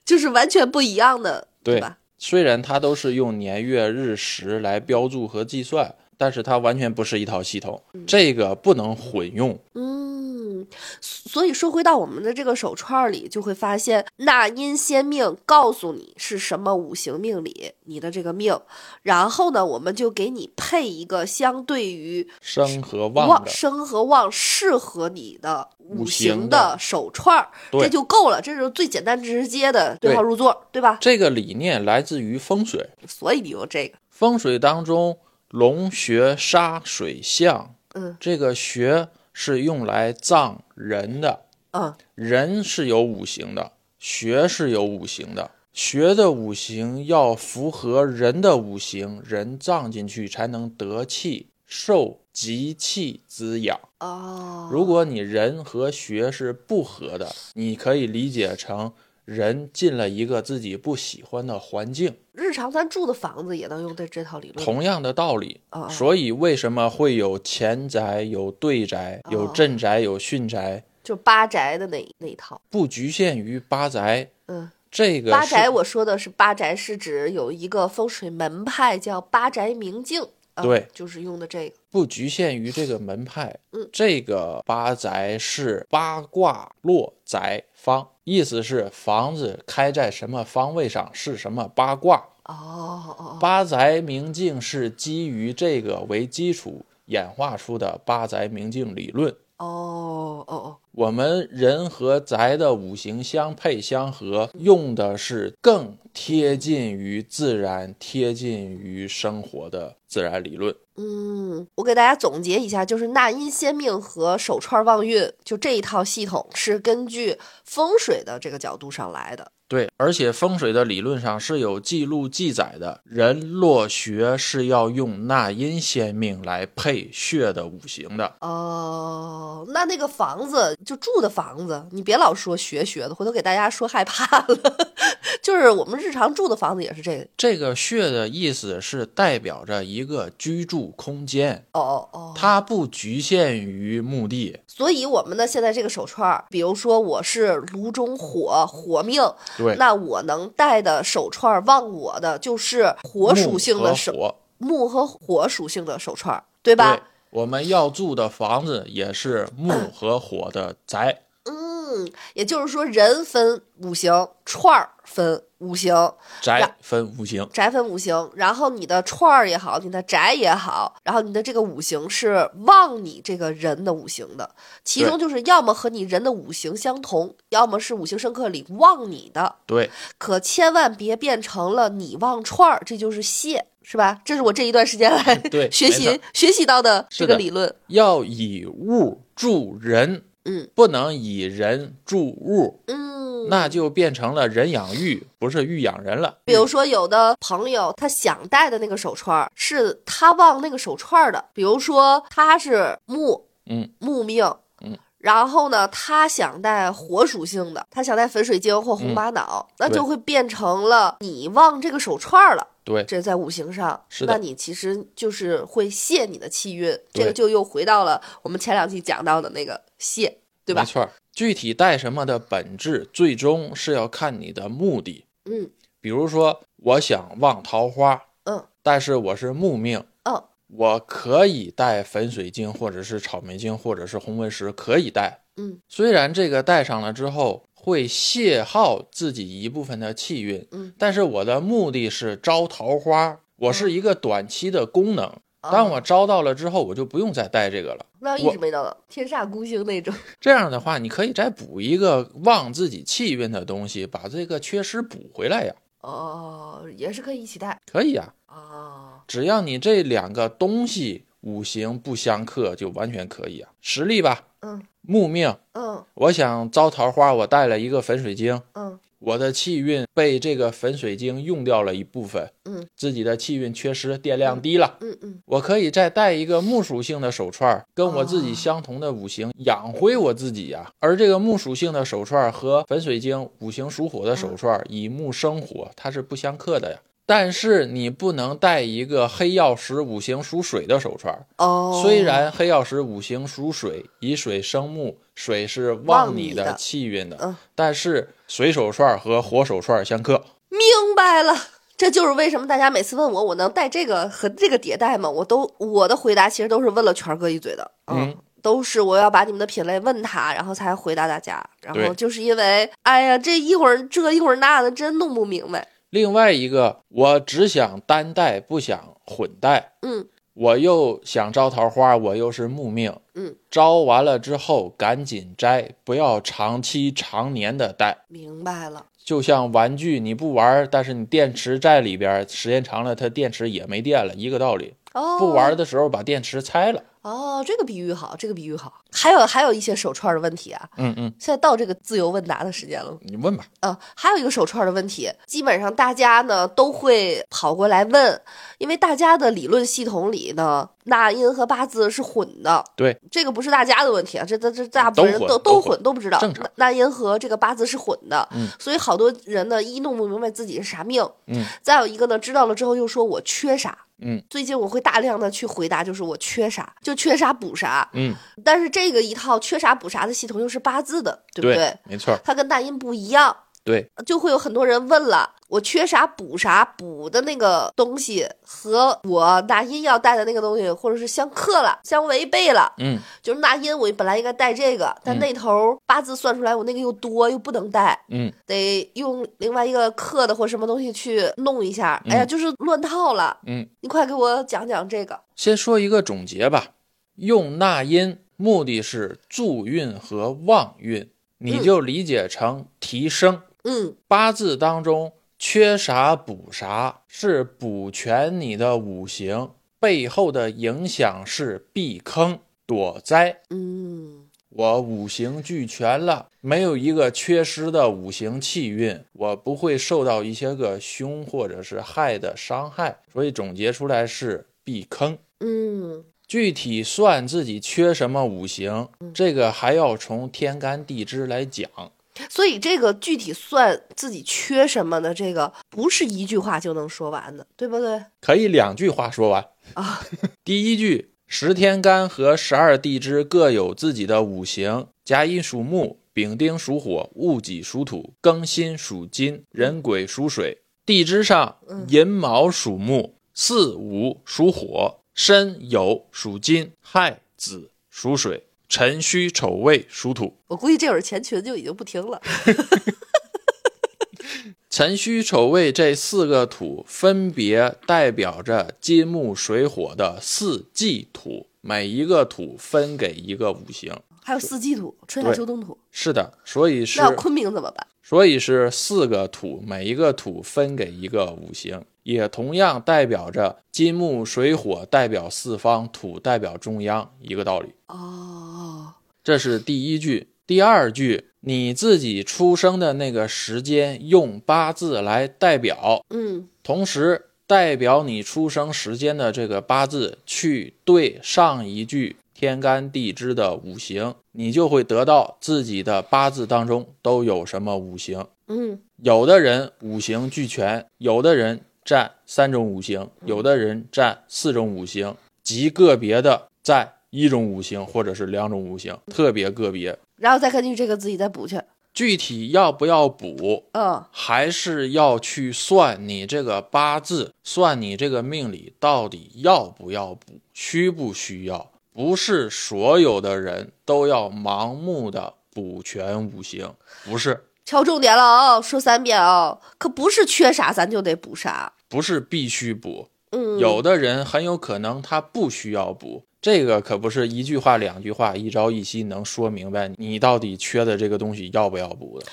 [SPEAKER 1] 就是完全不一样的，
[SPEAKER 2] 对
[SPEAKER 1] 吧？
[SPEAKER 2] 虽然它都是用年月日时来标注和计算，但是它完全不是一套系统，这个不能混用。
[SPEAKER 1] 嗯，所以说回到我们的这个手串儿里，就会发现纳音先命告诉你是什么五行命理，你的这个命，然后呢，我们就给你配一个相对于
[SPEAKER 2] 生和旺
[SPEAKER 1] 旺
[SPEAKER 2] 的，
[SPEAKER 1] 生和旺适合你的
[SPEAKER 2] 五
[SPEAKER 1] 五
[SPEAKER 2] 行
[SPEAKER 1] 行
[SPEAKER 2] 的
[SPEAKER 1] 的手串儿，
[SPEAKER 2] 对
[SPEAKER 1] 这就够了，这是最简单直接的对号
[SPEAKER 2] 对
[SPEAKER 1] 入座，对吧？
[SPEAKER 2] 这个理念来自于风水。
[SPEAKER 1] 所以你用这个，
[SPEAKER 2] 风水当中，龙穴杀水象，
[SPEAKER 1] 嗯
[SPEAKER 2] 这个穴是用来葬人的。
[SPEAKER 1] 嗯
[SPEAKER 2] 人是有五行的，学是有五行的，学的五行要符合人的五行，人葬进去才能得气，受吉气滋养。
[SPEAKER 1] 哦，
[SPEAKER 2] 如果你人和学是不合的，你可以理解成人进了一个自己不喜欢的环境。
[SPEAKER 1] 日常咱住的房子也能用这这套理论，
[SPEAKER 2] 同样的道理，
[SPEAKER 1] 哦哦
[SPEAKER 2] 所以为什么会有前宅、有对宅、有
[SPEAKER 1] 哦
[SPEAKER 2] 镇宅、有巽宅？
[SPEAKER 1] 就八宅的那一那一套，
[SPEAKER 2] 不局限于八宅，
[SPEAKER 1] 嗯。
[SPEAKER 2] 这个
[SPEAKER 1] 八
[SPEAKER 2] 是
[SPEAKER 1] 宅，我说的是八宅，是指有一个风水门派叫八宅明镜，啊
[SPEAKER 2] 对
[SPEAKER 1] 就是用的这个。
[SPEAKER 2] 不局限于这个门派，
[SPEAKER 1] 嗯
[SPEAKER 2] 这个八宅是八卦落宅方，意思是房子开在什么方位上是什么八卦。
[SPEAKER 1] 哦哦哦，
[SPEAKER 2] 八宅明镜是基于这个为基础演化出的八宅明镜理论。
[SPEAKER 1] 哦哦哦，
[SPEAKER 2] 我们人和宅的五行相配相合，用的是更贴近于自然、贴近于生活的自然理论。
[SPEAKER 1] 嗯，我给大家总结一下，就是纳音先命和手串旺运，就这一套系统是根据风水的这个角度上来的。
[SPEAKER 2] 对，而且风水的理论上是有记录记载的，人落穴是要用纳音先命来配穴的五行的。
[SPEAKER 1] 哦，那那个房子就住的房子，你别老说学学的，回头给大家说害怕了。 *laughs* 就是我们日常住的房子也是这个。
[SPEAKER 2] 这个穴的意思是代表着一个居住空间，
[SPEAKER 1] 哦哦哦，
[SPEAKER 2] 它不局限于墓地。
[SPEAKER 1] 所以我们的现在这个手串儿，比如说我是炉中火，火命，
[SPEAKER 2] 对，
[SPEAKER 1] 那我能戴的手串儿旺我的就是火属性的手
[SPEAKER 2] 木和
[SPEAKER 1] 木和
[SPEAKER 2] 火，
[SPEAKER 1] 火属性的手串儿，对吧？
[SPEAKER 2] 对，我们要住的房子也是
[SPEAKER 1] *clears throat*
[SPEAKER 2] 木和火的宅。
[SPEAKER 1] 嗯，也就是说，人分五行，串儿分五行，
[SPEAKER 2] 宅分五行，
[SPEAKER 1] 宅分五行。然后你的串儿也好，你的宅也好，然后你的这个五行是旺你这个人的五行的，其中就是要么和你人的五行相同，要么是五行生克里旺你的。
[SPEAKER 2] 对，
[SPEAKER 1] 可千万别变成了你忘串儿，这就是谢，是吧？这是我这一段时间来
[SPEAKER 2] *laughs* 对
[SPEAKER 1] 学
[SPEAKER 2] 没
[SPEAKER 1] 习
[SPEAKER 2] 错
[SPEAKER 1] 学习到的这
[SPEAKER 2] 是
[SPEAKER 1] 个
[SPEAKER 2] 的
[SPEAKER 1] 理论。
[SPEAKER 2] 要以物助人，
[SPEAKER 1] 嗯，
[SPEAKER 2] 不能以人助物，
[SPEAKER 1] 嗯，
[SPEAKER 2] 那就变成了人养玉，不是玉养人了。
[SPEAKER 1] 比如说，有的朋友他想戴的那个手串儿是他忘那个手串儿的，比如说他是木，
[SPEAKER 2] 嗯，
[SPEAKER 1] 木命，
[SPEAKER 2] 嗯，
[SPEAKER 1] 然后呢，他想戴火属性的，他想戴粉水晶或红玛瑙，那
[SPEAKER 2] 嗯对
[SPEAKER 1] 就会变成了你忘这个手串儿了。
[SPEAKER 2] 对，
[SPEAKER 1] 这在五行上，
[SPEAKER 2] 是的
[SPEAKER 1] 那你其实就是会泄你的气运，这
[SPEAKER 2] 对
[SPEAKER 1] 个就又回到了我们前两期讲到的那个泄，对吧
[SPEAKER 2] 没？错儿，具体带什么的本质，最终是要看你的目的。
[SPEAKER 1] 嗯
[SPEAKER 2] 比如说，我想望桃花，
[SPEAKER 1] 嗯
[SPEAKER 2] 但是我是木命，
[SPEAKER 1] 嗯
[SPEAKER 2] 我可以带粉水晶，或者是草莓晶，或者是红纹石，可以带。
[SPEAKER 1] 嗯
[SPEAKER 2] 虽然这个戴上了之后会泄耗自己一部分的气运，
[SPEAKER 1] 嗯，
[SPEAKER 2] 但是我的目的是招桃花，我是一个短期的功能。
[SPEAKER 1] 哦
[SPEAKER 2] 当我招到了之后，我就不用再戴这个了。
[SPEAKER 1] 那一直没找到天煞孤星那种。
[SPEAKER 2] 这样的话，你可以再补一个旺自己气运的东西，把这个缺失补回来呀，
[SPEAKER 1] 哦，也是可以一起带
[SPEAKER 2] 可以呀。
[SPEAKER 1] 哦。
[SPEAKER 2] 只要你这两个东西五行不相克，就完全可以啊。实例吧，
[SPEAKER 1] 嗯
[SPEAKER 2] 木命，
[SPEAKER 1] 嗯
[SPEAKER 2] 我想招桃花，我带了一个粉水晶，
[SPEAKER 1] 嗯
[SPEAKER 2] 我的气运被这个粉水晶用掉了一部分，
[SPEAKER 1] 嗯，
[SPEAKER 2] 自己的气运缺失，电量低了。
[SPEAKER 1] 嗯嗯，
[SPEAKER 2] 我可以再带一个木属性的手串儿，跟我自己相同的五行养回我自己呀、而这个木属性的手串儿和粉水晶五行属火的手串儿以木生火，它是不相克的呀。但是你不能带一个黑曜石五行属水的手串儿，
[SPEAKER 1] 哦，
[SPEAKER 2] 虽然黑曜石五行属水，以水生木，水是旺你
[SPEAKER 1] 旺你的
[SPEAKER 2] 的气运的，
[SPEAKER 1] 嗯
[SPEAKER 2] 但是水手串儿和火手串儿相克。
[SPEAKER 1] 明白了。这就是为什么大家每次问我，我能带这个和这个迭代吗？我都我的回答其实都是问了全哥一嘴的，
[SPEAKER 2] 嗯
[SPEAKER 1] 都是我要把你们的品类问他，然后才回答大家。然后
[SPEAKER 2] 对
[SPEAKER 1] 就是因为，哎呀，这一会儿这一会儿那的，真弄不明白。
[SPEAKER 2] 另外一个，我只想单带，不想混带。
[SPEAKER 1] 嗯，
[SPEAKER 2] 我又想招桃花，我又是木命。
[SPEAKER 1] 嗯，
[SPEAKER 2] 招完了之后赶紧摘，不要长期常年的戴。
[SPEAKER 1] 明白了。
[SPEAKER 2] 就像玩具，你不玩儿，但是你电池在里边儿，时间长了它电池也没电了，一个道理。
[SPEAKER 1] 哦，
[SPEAKER 2] 不玩儿的时候把电池拆了。
[SPEAKER 1] 哦，这个比喻好，这个比喻好。还有还有一些手串的问题啊，
[SPEAKER 2] 嗯嗯，
[SPEAKER 1] 现在到这个自由问答的时间了吗。
[SPEAKER 2] 你问吧。
[SPEAKER 1] 呃，还有一个手串的问题，基本上大家呢都会跑过来问，因为大家的理论系统里呢，纳音和八字是混的。
[SPEAKER 2] 对，
[SPEAKER 1] 这个不是大家的问题啊，这这这大部分人
[SPEAKER 2] 都混
[SPEAKER 1] 都
[SPEAKER 2] 都
[SPEAKER 1] 混
[SPEAKER 2] 混
[SPEAKER 1] 都不知道，
[SPEAKER 2] 正常
[SPEAKER 1] 纳纳音和这个八字是混的，
[SPEAKER 2] 嗯
[SPEAKER 1] 所以好多人呢一弄不明白自己是啥命，
[SPEAKER 2] 嗯，
[SPEAKER 1] 再有一个呢知道了之后又说我缺啥。
[SPEAKER 2] 嗯
[SPEAKER 1] 最近我会大量的去回答，就是我缺啥就缺啥补啥，
[SPEAKER 2] 嗯，
[SPEAKER 1] 但是这个一套缺啥补啥的系统又是八字的，对不
[SPEAKER 2] 对，
[SPEAKER 1] 对？
[SPEAKER 2] 没错儿，
[SPEAKER 1] 它跟大音不一样，
[SPEAKER 2] 对，
[SPEAKER 1] 就会有很多人问了，我缺啥补啥，补的那个东西和我纳音要带的那个东西，或者是相克了，相违背了。
[SPEAKER 2] 嗯，
[SPEAKER 1] 就是纳音，我本来应该带这个，但那头八字算出来我那个又多，又不能带，
[SPEAKER 2] 嗯，
[SPEAKER 1] 得用另外一个克的或什么东西去弄一下。哎呀，就是乱套了。
[SPEAKER 2] 嗯，
[SPEAKER 1] 你快给我讲讲这个。
[SPEAKER 2] 先说一个总结吧，用纳音目的是助运和旺运，你就理解成提升。
[SPEAKER 1] 嗯
[SPEAKER 2] 八字当中缺啥补啥，是补全你的五行，背后的影响是避坑躲灾。
[SPEAKER 1] 嗯，
[SPEAKER 2] 我五行俱全了，没有一个缺失的五行气运，我不会受到一些个凶或者是害的伤害。所以总结出来是避坑。
[SPEAKER 1] 嗯，
[SPEAKER 2] 具体算自己缺什么五行，这个还要从天干地支来讲。
[SPEAKER 1] 所以这个具体算自己缺什么的，这个不是一句话就能说完的，对不对？
[SPEAKER 2] 可以两句话说完
[SPEAKER 1] 啊。
[SPEAKER 2] *laughs* 第一句，十天干和十二地支各有自己的五行，甲乙属木，丙丁属火，戊己属土，庚辛属金，壬癸属水。地支上，寅卯属木，巳午属火，申酉属金，亥子属水，辰戌丑未属土。
[SPEAKER 1] 我估计这会儿前群就已经不听了。
[SPEAKER 2] 辰戌丑未这四个土分别代表着金木水火的四季土，每一个土分给一个五行。
[SPEAKER 1] 还有四季土，春夏
[SPEAKER 2] 对
[SPEAKER 1] 秋冬土，
[SPEAKER 2] 是的，所以是
[SPEAKER 1] 那要昆明怎么办？
[SPEAKER 2] 所以是四个土，每一个土分给一个五行，也同样代表着金木水火代表四方，土代表中央，一个道理。
[SPEAKER 1] 哦，
[SPEAKER 2] 这是第一句。第二句，你自己出生的那个时间用八字来代表，
[SPEAKER 1] 嗯
[SPEAKER 2] 同时代表你出生时间的这个八字去对上一句天干地支的五行，你就会得到自己的八字当中都有什么五行。
[SPEAKER 1] 嗯，
[SPEAKER 2] 有的人五行俱全，有的人占三种五行，有的人占四种五行，极个别的占一种五行或者是两种五行，特别个别。
[SPEAKER 1] 然后再根据这个自己再补去。
[SPEAKER 2] 具体要不要补，
[SPEAKER 1] 嗯，
[SPEAKER 2] 还是要去算你这个八字，算你这个命理到底要不要补，需不需要。不是所有的人都要盲目的补全五行，不是，
[SPEAKER 1] 敲重点了哦，说三遍哦，可不是缺啥咱就得补啥。
[SPEAKER 2] 不是必须补。
[SPEAKER 1] 嗯，
[SPEAKER 2] 有的人很有可能他不需要补，这个可不是一句话、两句话、一朝一夕能说明白你到底缺的这个东西要不要补的。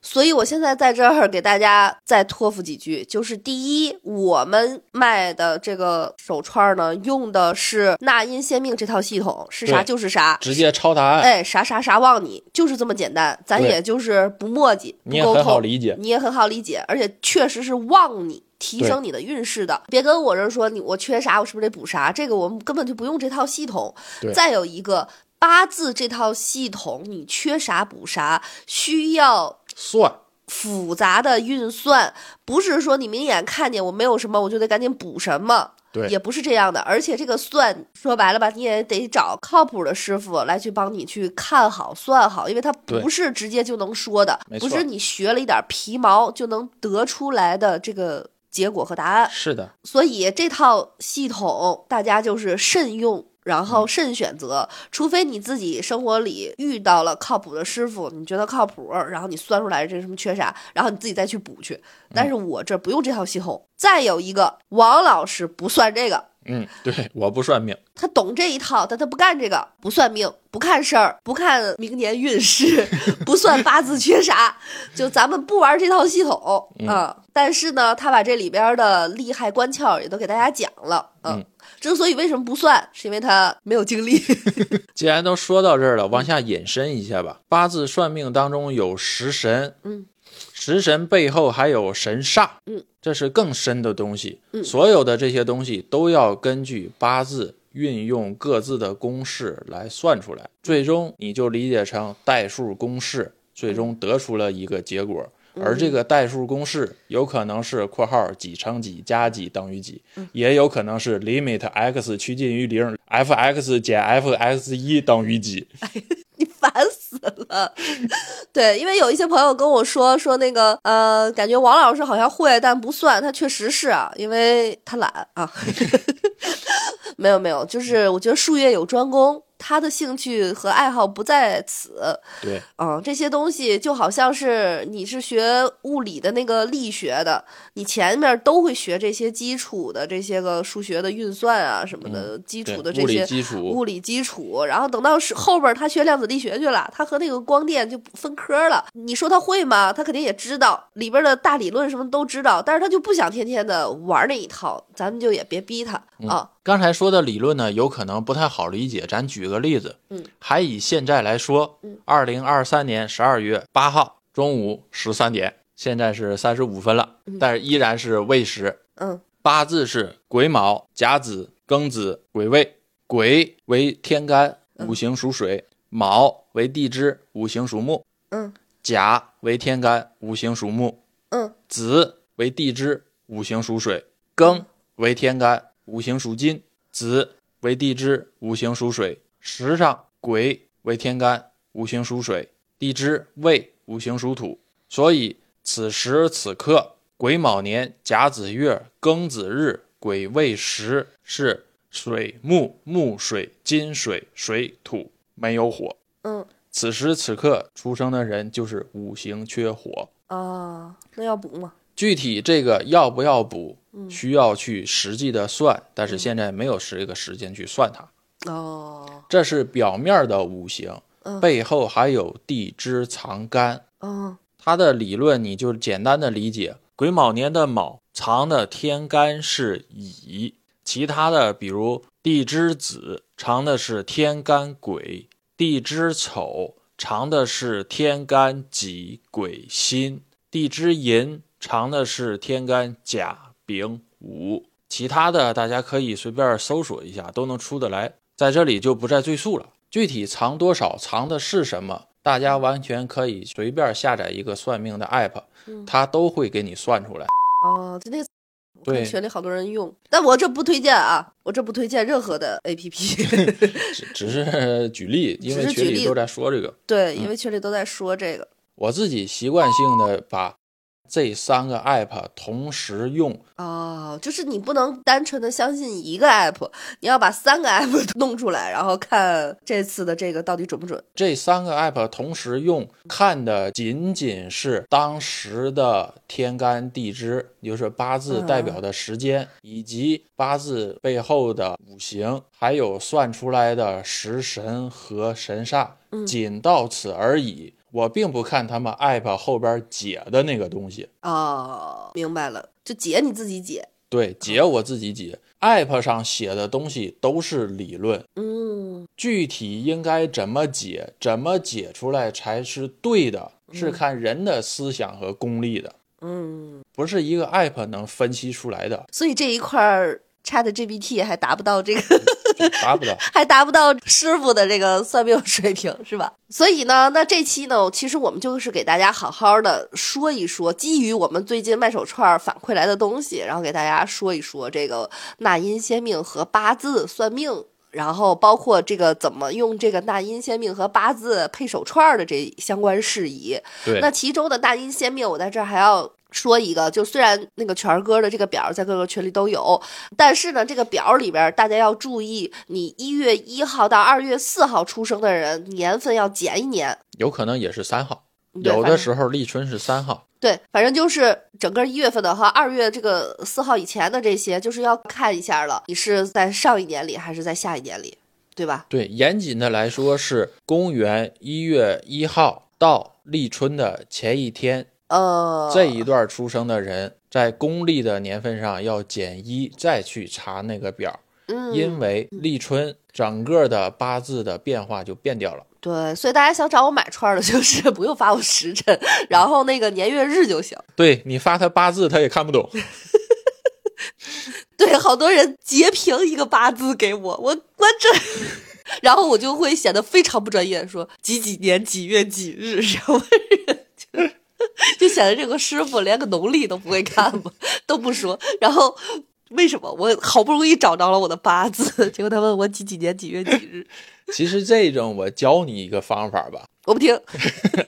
[SPEAKER 1] 所以我现在在这儿给大家再托付几句，就是第一，我们卖的这个手串呢，用的是纳音先命这套系统，是啥
[SPEAKER 2] 对
[SPEAKER 1] 就是啥。
[SPEAKER 2] 直接抄答案。
[SPEAKER 1] 哎，啥啥啥忘你，就是这么简单，咱
[SPEAKER 2] 对
[SPEAKER 1] 也就是不墨迹，不
[SPEAKER 2] 你也
[SPEAKER 1] 沟
[SPEAKER 2] 很好
[SPEAKER 1] 通
[SPEAKER 2] 理解
[SPEAKER 1] 你也很好理解，而且确实是旺你。提
[SPEAKER 2] 对
[SPEAKER 1] 升你的运势的，别跟我这儿说你我缺啥，我是不是得补啥？这个我们根本就不用这套系统
[SPEAKER 2] 对。
[SPEAKER 1] 再有一个八字这套系统，你缺啥补啥，需要
[SPEAKER 2] 算，
[SPEAKER 1] 复杂的运算，不是说你明眼看见我没有什么，我就得赶紧补什么。
[SPEAKER 2] 对
[SPEAKER 1] 也不是这样的，而且这个算说白了吧，你也得找靠谱的师傅来去帮你去看好、算好，因为它
[SPEAKER 2] 对
[SPEAKER 1] 不是直接就能说的
[SPEAKER 2] 没，
[SPEAKER 1] 不
[SPEAKER 2] 错
[SPEAKER 1] 是你学了一点皮毛就能得出来的这个结果和答案。
[SPEAKER 2] 是的，
[SPEAKER 1] 所以这套系统大家就是慎用，然后慎选择，除非你自己生活里遇到了靠谱的师傅，你觉得靠谱，然后你算出来这什么缺啥，然后你自己再去补去。但是我这不用这套系统。再有一个，王老师不算这个。
[SPEAKER 2] 嗯，对，我不算命。
[SPEAKER 1] 他懂这一套，但他不干这个，不算命，不看事儿，不看明年运势， *laughs* 不算八字缺啥，就咱们不玩这套系统啊、但是呢，他把这里边的利害关窍也都给大家讲了。
[SPEAKER 2] 嗯
[SPEAKER 1] 之所以为什么不算，是因为他没有经历。
[SPEAKER 2] 既然都说到这儿了，
[SPEAKER 1] 嗯
[SPEAKER 2] 往下引申一下吧。八字算命当中有食神，
[SPEAKER 1] 嗯，
[SPEAKER 2] 食神背后还有神煞，
[SPEAKER 1] 嗯，
[SPEAKER 2] 这是更深的东西。
[SPEAKER 1] 嗯
[SPEAKER 2] 所有的这些东西都要根据八字运用各自的公式来算出来，最终你就理解成代数公式，最终得出了一个结果。
[SPEAKER 1] 嗯
[SPEAKER 2] 而这个代数公式有可能是括号几乘几加几等于几，也有可能是 limit x 趋近于零，f(x) 减 f(x 一)等于几。
[SPEAKER 1] 你烦死了。对，因为有一些朋友跟我说说那个呃，感觉王老师好像会，但不算，他确实是啊，因为他懒啊。 *laughs* 没有没有，就是我觉得术业有专攻，他的兴趣和爱好不在此。
[SPEAKER 2] 对，
[SPEAKER 1] 嗯，这些东西就好像是你是学物理的那个力学的，你前面都会学这些基础的这些个数学的运算啊什么的，基
[SPEAKER 2] 嗯对，
[SPEAKER 1] 础的
[SPEAKER 2] 物
[SPEAKER 1] 这
[SPEAKER 2] 理
[SPEAKER 1] 些
[SPEAKER 2] 基础
[SPEAKER 1] 物理基础，然后等到是后边儿他学量子力学去了，他和那个光电就不分科了。你说他会吗？他肯定也知道里边儿的大理论什么都知道，但是他就不想天天的玩儿
[SPEAKER 2] 嗯
[SPEAKER 1] 那一套，咱们就也别逼他啊。
[SPEAKER 2] 刚才说的理论呢，有可能不太好理解，咱举举个例子，
[SPEAKER 1] 嗯，
[SPEAKER 2] 还以现在来说
[SPEAKER 1] 嗯，
[SPEAKER 2] 二零二三年十二月八号中午十三点，现在是三十五分了，但是依然是未时。
[SPEAKER 1] 嗯
[SPEAKER 2] 八字是癸卯、甲子、庚子、癸未。癸为天干，
[SPEAKER 1] 嗯
[SPEAKER 2] 五行属水；卯为地支，五行属木；
[SPEAKER 1] 嗯
[SPEAKER 2] 甲为天干，五行属木；
[SPEAKER 1] 嗯
[SPEAKER 2] 子为地支，五行属水；庚为天干，五行属金；子为地支，五行属水。时上癸为天干，五行属水；地支未，五行属土。所以此时此刻，癸卯年甲子月庚子日癸未时是水木木水金水水土，没有火。
[SPEAKER 1] 嗯
[SPEAKER 2] 此时此刻出生的人就是五行缺火。
[SPEAKER 1] 啊，那要补吗？
[SPEAKER 2] 具体这个要不要补，需要去实际的算，但是现在没有这个时间去算它。
[SPEAKER 1] 哦
[SPEAKER 2] 这是表面的五行，
[SPEAKER 1] 嗯
[SPEAKER 2] 背后还有地支藏干。
[SPEAKER 1] 哦
[SPEAKER 2] 它的理论你就简单的理解：癸卯年的卯藏的天干是乙，其他的比如地支子藏的是天干癸，地支丑藏的是天干己癸辛，地支寅藏的是天干甲丙午。其他的大家可以随便搜索一下，都能出得来，在这里就不再赘述了。具体藏多少，藏的是什么，大家完全可以随便下载一个算命的 app，它
[SPEAKER 1] 嗯
[SPEAKER 2] 都会给你算出来。
[SPEAKER 1] 哦，就那个。我看
[SPEAKER 2] 对
[SPEAKER 1] 群里好多人用，但我这不推荐啊，我这不推荐任何的 A P P。 *laughs*
[SPEAKER 2] 只只是举例，因为
[SPEAKER 1] 只是
[SPEAKER 2] 群
[SPEAKER 1] 举
[SPEAKER 2] 里
[SPEAKER 1] 例
[SPEAKER 2] 都在说这个。
[SPEAKER 1] 对，因为群里都在说这个。
[SPEAKER 2] 我自己习惯性的把这三个 app 同时用，
[SPEAKER 1] 哦，就是你不能单纯的相信一个 app，你要把三个 *laughs* app 弄出来，然后看这次的这个到底准不准。
[SPEAKER 2] 这三个 app 同时用，看的仅仅是当时的天干地支，也就是八字代表的时间，以及八字背后的五行，还有算出来的食神和神煞，仅到此而已。我并不看他们 app 后边解的那个东西，
[SPEAKER 1] 哦，明白了，就解你自己解。
[SPEAKER 2] 对，解我自己解。app 上写的东西都是理论，
[SPEAKER 1] 嗯
[SPEAKER 2] 具体应该怎么解，怎么解出来才是对的，是看人的思想和功力的，
[SPEAKER 1] 嗯，
[SPEAKER 2] 不是一个 app 能分析出
[SPEAKER 1] *laughs*
[SPEAKER 2] 来的，
[SPEAKER 1] 所以这一块儿 Chat GPT 还达不到这个，
[SPEAKER 2] 就达不到。
[SPEAKER 1] 还达不到师傅的这个算命水平，是吧？所以呢，那这期呢，其实我们就是给大家好好的说一说，基于我们最近卖手串儿反馈来的东西，然后给大家说一说这个纳音仙命和八字算命。然后包括这个怎么用这个纳音仙命和八字配手串儿的这相关事宜，
[SPEAKER 2] 对
[SPEAKER 1] 那，其中的大阴仙命，我在这儿还要说一个，就虽然那个全哥的这个表儿在各个群里都有，但是呢，这个表儿里边儿大家要注意，你一月一号到二月四号出生的人，年份要减一年。
[SPEAKER 2] 有可能也是三号，
[SPEAKER 1] 对
[SPEAKER 2] 有
[SPEAKER 1] 反
[SPEAKER 2] 的
[SPEAKER 1] 正
[SPEAKER 2] 时候立春是三号。
[SPEAKER 1] 对，反正就是整个一月份的和二月这个四号以前的这些，就是要看一下了，你是在上一年里还是在下一年里，对吧？
[SPEAKER 2] 对，严谨的来说是公元一月一号到立春的前一天，
[SPEAKER 1] 呃，
[SPEAKER 2] 这一段出生的人在公历的年份上要减一，再去查那个表。
[SPEAKER 1] 嗯，
[SPEAKER 2] 因为立春整个的八字的变化就变掉了。
[SPEAKER 1] 对，所以大家想找我买串儿的， *laughs* 就是不用发我时辰，然后那个年月日就行。
[SPEAKER 2] 对你发他八字，他也看不懂。 *laughs*
[SPEAKER 1] *laughs* 对，好多人截屏一个八字给我，我关这， *laughs* 然后我就会显得非常不专业，说几几年几月几日什么人。就 *laughs* 就显得这个师傅连个农历都不会看嘛，都不说。然后为什么我好不容易找着了我的八字，结果他问我几几年几月几日，
[SPEAKER 2] 其实这种我教你一个方法吧，
[SPEAKER 1] 我不听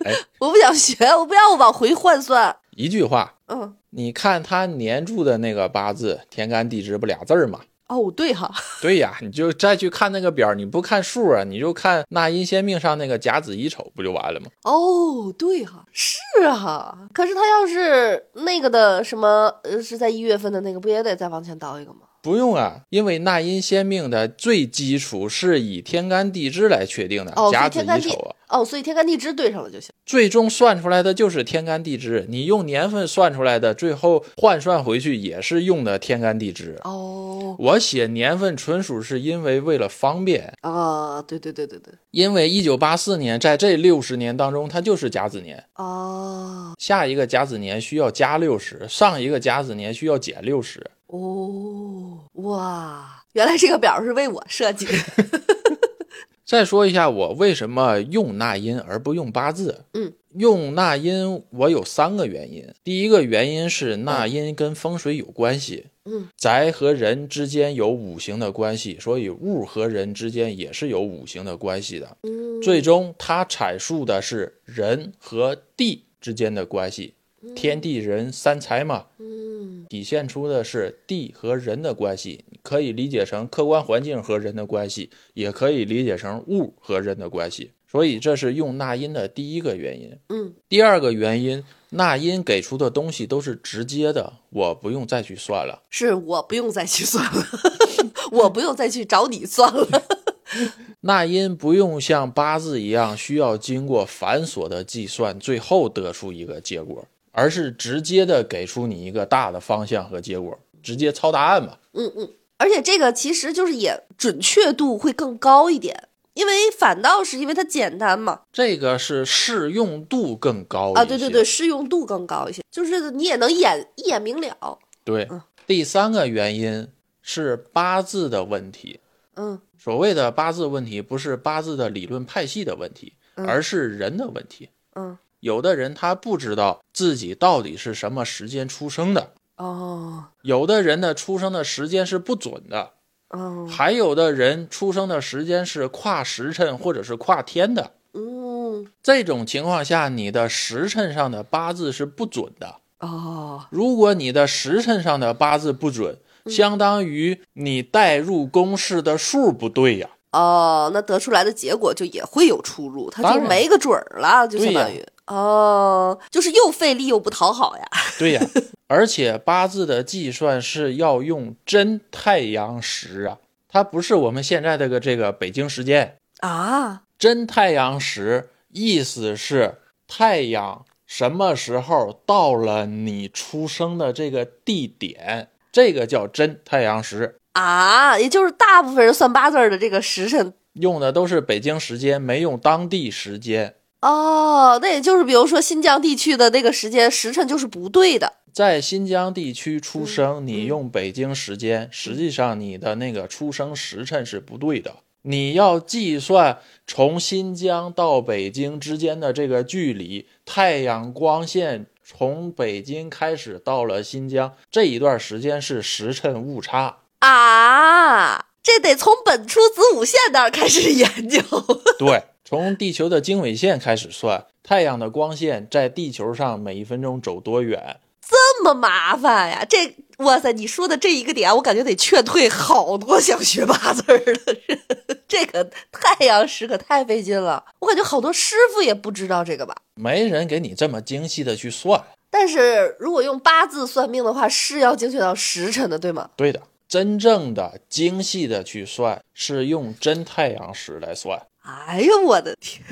[SPEAKER 2] 哎，
[SPEAKER 1] 我不想学，我不要往回换算。
[SPEAKER 2] 一句话，
[SPEAKER 1] 嗯，
[SPEAKER 2] 你看他年柱的那个八字，天干地支不俩字儿吗？
[SPEAKER 1] 哦，对哈，
[SPEAKER 2] 对呀，你就再去看那个表，你不看数啊，你就看纳音先命上那个甲子乙丑，不就完了吗？
[SPEAKER 1] 哦，对哈、是哈、可是他要是那个的什么，呃，是在一月份的那个，不也得再往前倒一个吗？
[SPEAKER 2] 不用啊，因为纳音先命的最基础是以天干地支来确定的，
[SPEAKER 1] 哦，所
[SPEAKER 2] 甲
[SPEAKER 1] 以
[SPEAKER 2] 子
[SPEAKER 1] 天干
[SPEAKER 2] 乙
[SPEAKER 1] 地
[SPEAKER 2] 丑啊。
[SPEAKER 1] 哦，所以天干地支对上了就行。
[SPEAKER 2] 最终算出来的就是天干地支，你用年份算出来的，最后换算回去也是用的天干地支。啊
[SPEAKER 1] 哦，
[SPEAKER 2] 我写年份纯属是因为为了方便，
[SPEAKER 1] 啊，对对对对对，
[SPEAKER 2] 因为一九八四年在这六十年当中，它就是甲子年，
[SPEAKER 1] 哦
[SPEAKER 2] 下一个甲子年需要加六十，上一个甲子年需要减六十。
[SPEAKER 1] 哦哇，原来这个表是为我设计的。
[SPEAKER 2] 再说一下我为什么用纳音而不用八字。
[SPEAKER 1] 嗯，
[SPEAKER 2] 用纳音我有三个原因。第一个原因是纳音跟风水有关系，
[SPEAKER 1] 嗯，
[SPEAKER 2] 宅和人之间有五行的关系，所以物和人之间也是有五行的关系的。
[SPEAKER 1] 嗯
[SPEAKER 2] 最终它阐述的是人和地之间的关系，天地人三才嘛，
[SPEAKER 1] 嗯
[SPEAKER 2] 体现出的是地和人的关系，可以理解成客观环境和人的关系，也可以理解成物和人的关系。所以这是用纳音的第一个原因。
[SPEAKER 1] 嗯
[SPEAKER 2] 第二个原因，纳音给出的东西都是直接的，我不用再去算了。
[SPEAKER 1] 是我不用再去算了， *laughs* 我不用再去找你算了。
[SPEAKER 2] 纳音不用像八字一样需要经过繁琐的计算，最后得出一个结果，而是直接的给出你一个大的方向和结果，直接抄答案嘛。
[SPEAKER 1] 嗯嗯，而且这个其实就是也准确度会更高一点，因为反倒是因为它简单嘛，
[SPEAKER 2] 这个是适用度更高
[SPEAKER 1] 啊
[SPEAKER 2] 一
[SPEAKER 1] 对对
[SPEAKER 2] 些
[SPEAKER 1] 对，适用度更高一些，就是你也能一眼一眼明了。
[SPEAKER 2] 对
[SPEAKER 1] 嗯
[SPEAKER 2] 第三个原因是八字的问题。
[SPEAKER 1] 嗯
[SPEAKER 2] 所谓的八字问题，不是八字的理论派系的问题，
[SPEAKER 1] 嗯
[SPEAKER 2] 而是人的问题。
[SPEAKER 1] 嗯
[SPEAKER 2] 有的人他不知道自己到底是什么时间出生的，
[SPEAKER 1] 哦
[SPEAKER 2] 有的人的出生的时间是不准的，
[SPEAKER 1] 哦
[SPEAKER 2] 还有的人出生的时间是跨时辰或者是跨天的。
[SPEAKER 1] 嗯
[SPEAKER 2] 这种情况下，你的时辰上的八字是不准的。
[SPEAKER 1] 哦
[SPEAKER 2] 如果你的时辰上的八字不准，相当于你代入公式的数不对呀、
[SPEAKER 1] 哦，那得出来的结果就也会有出入，它
[SPEAKER 2] 当
[SPEAKER 1] 就
[SPEAKER 2] 然
[SPEAKER 1] 没个准儿了，就相
[SPEAKER 2] 对呀
[SPEAKER 1] 当于。哦，就是又费力又不讨好呀。
[SPEAKER 2] 对呀、而且八字的计算是要用真太阳时啊，它不是我们现在这个这个北京时间。
[SPEAKER 1] 啊，
[SPEAKER 2] 真太阳时意思是太阳什么时候到了你出生的这个地点，这个叫真太阳时。
[SPEAKER 1] 啊，也就是大部分人算八字儿的这个时辰
[SPEAKER 2] 用的都是北京时间，没用当地时间。
[SPEAKER 1] 哦，那也就是比如说新疆地区的那个时间时辰就是不对的
[SPEAKER 2] 在新疆地区出生，你用北京时间，实际上你的那个出生时辰是不对的。你要计算从新疆到北京之间的这个距离，太阳光线从北京开始到了新疆这一段时间是时辰误差。
[SPEAKER 1] 啊，这得从本初子午线那儿开始研究。
[SPEAKER 2] 对，从地球的经纬线开始算，太阳的光线在地球上每一分钟走多远，
[SPEAKER 1] 这么麻烦呀？这哇塞，你说的这一个点，啊我感觉得劝退好多想学八字儿的人。这个太阳石可太费劲了，我感觉好多师傅也不知道这个吧。
[SPEAKER 2] 没人给你这么精细的去算。
[SPEAKER 1] 但是如果用八字算命的话，是要精确到时辰的，对吗？
[SPEAKER 2] 对的，真正的精细的去算是用真太阳时来算，
[SPEAKER 1] 哎呀，我的天！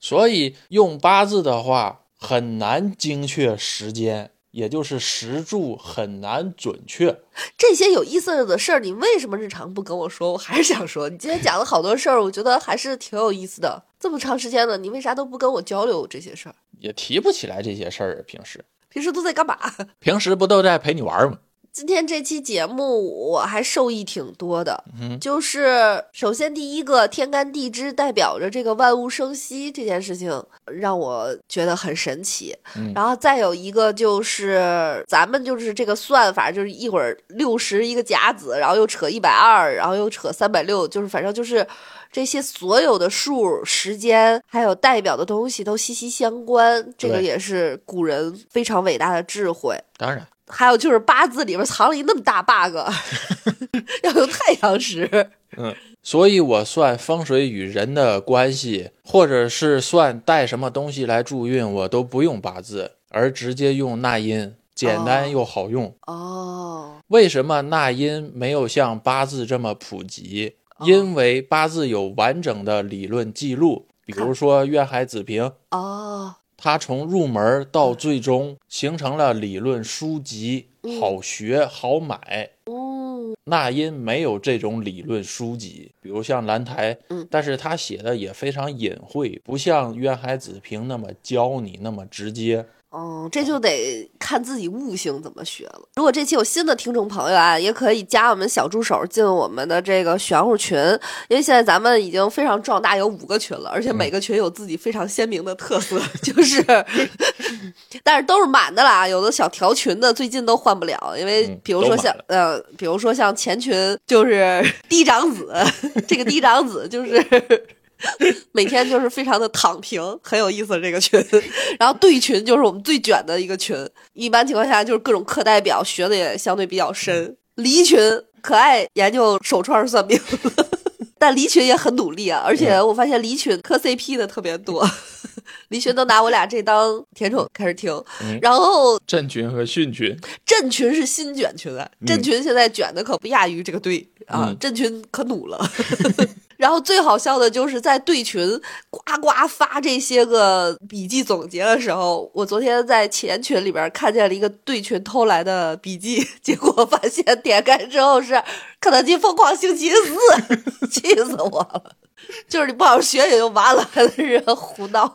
[SPEAKER 2] 所以用八字的话很难精确时间，也就是时柱很难准确。
[SPEAKER 1] 这些有意思的事儿，你为什么日常不跟我说？我还是想说，你今天讲了好多事儿，我觉得还是挺有意思的。这么长时间了，你为啥都不跟我交流这些事儿？
[SPEAKER 2] 也提不起来这些事儿，啊平时
[SPEAKER 1] 平时都在干嘛？
[SPEAKER 2] 平时不都在陪你玩儿吗？
[SPEAKER 1] 今天这期节目我还受益挺多的，
[SPEAKER 2] 嗯哼
[SPEAKER 1] 就是首先第一个天干地支代表着这个万物生息这件事情，让我觉得很神奇。
[SPEAKER 2] 嗯
[SPEAKER 1] 然后再有一个就是咱们就是这个算法，就是一会儿六十一个甲子，然后又扯一百二，然后又扯三百六，就是反正就是这些所有的数、时间还有代表的东西都息息相关，这个
[SPEAKER 2] 对
[SPEAKER 1] 也是古人非常伟大的智慧。
[SPEAKER 2] 当然，
[SPEAKER 1] 还有就是八字里边藏了一那么大 bug，要用太阳石。
[SPEAKER 2] 所以我算风水与人的关系，或者是算带什么东西来助运，我都不用八字，而直接用纳音，简单又好用。
[SPEAKER 1] 哦，
[SPEAKER 2] 为什么纳音没有像八字这么普及？因为八字有完整的理论记录，比如说渊海子平，
[SPEAKER 1] 哦，
[SPEAKER 2] 它从入门到最终形成了理论书籍，好学好买。
[SPEAKER 1] 嗯，
[SPEAKER 2] 纳音没有这种理论书籍，比如像兰台，
[SPEAKER 1] 嗯
[SPEAKER 2] 但是他写的也非常隐晦，不像渊海子平那么教你那么直接。
[SPEAKER 1] 哦，这就得看自己悟性怎么学了。如果这期有新的听众朋友啊，也可以加我们小助手进我们的这个玄乎群，因为现在咱们已经非常壮大，有五个群了，而且
[SPEAKER 2] 嗯
[SPEAKER 1] 每个群有自己非常鲜明的特色， *laughs* 就是，但是都是满的啦。有的小调群的最近都换不了，因为
[SPEAKER 2] 嗯
[SPEAKER 1] 比如
[SPEAKER 2] 都
[SPEAKER 1] 说
[SPEAKER 2] 满
[SPEAKER 1] 像、
[SPEAKER 2] 了
[SPEAKER 1] 呃，比如说像前群就是嫡长子， *laughs* 这个嫡长子就是。 *laughs* 每天就是非常的躺平，很有意思这个群。然后对群就是我们最卷的一个群，一般情况下就是各种课代表学的也相对比较
[SPEAKER 2] 嗯
[SPEAKER 1] 深。离群可爱研究手串儿算命， *laughs* 但离群也很努力啊，而
[SPEAKER 2] 嗯
[SPEAKER 1] 且我发现离群磕 CP 的特别多， *laughs* 离群都拿我俩这当甜宠开始听
[SPEAKER 2] 嗯，
[SPEAKER 1] *laughs* 然后
[SPEAKER 2] 震群和训群，
[SPEAKER 1] 振群是新卷群啊，振群现在卷的可不亚于这个队、啊
[SPEAKER 2] 嗯，
[SPEAKER 1] 振群可努了。然后最好笑的就是在队群呱呱发这些个笔记总结的时候，我昨天在前群里边看见了一个队群偷来的笔记，结果发现点开之后是肯德基疯狂星期四， *laughs* 气死我了。就是你不好好学也就完了，还在这儿胡闹。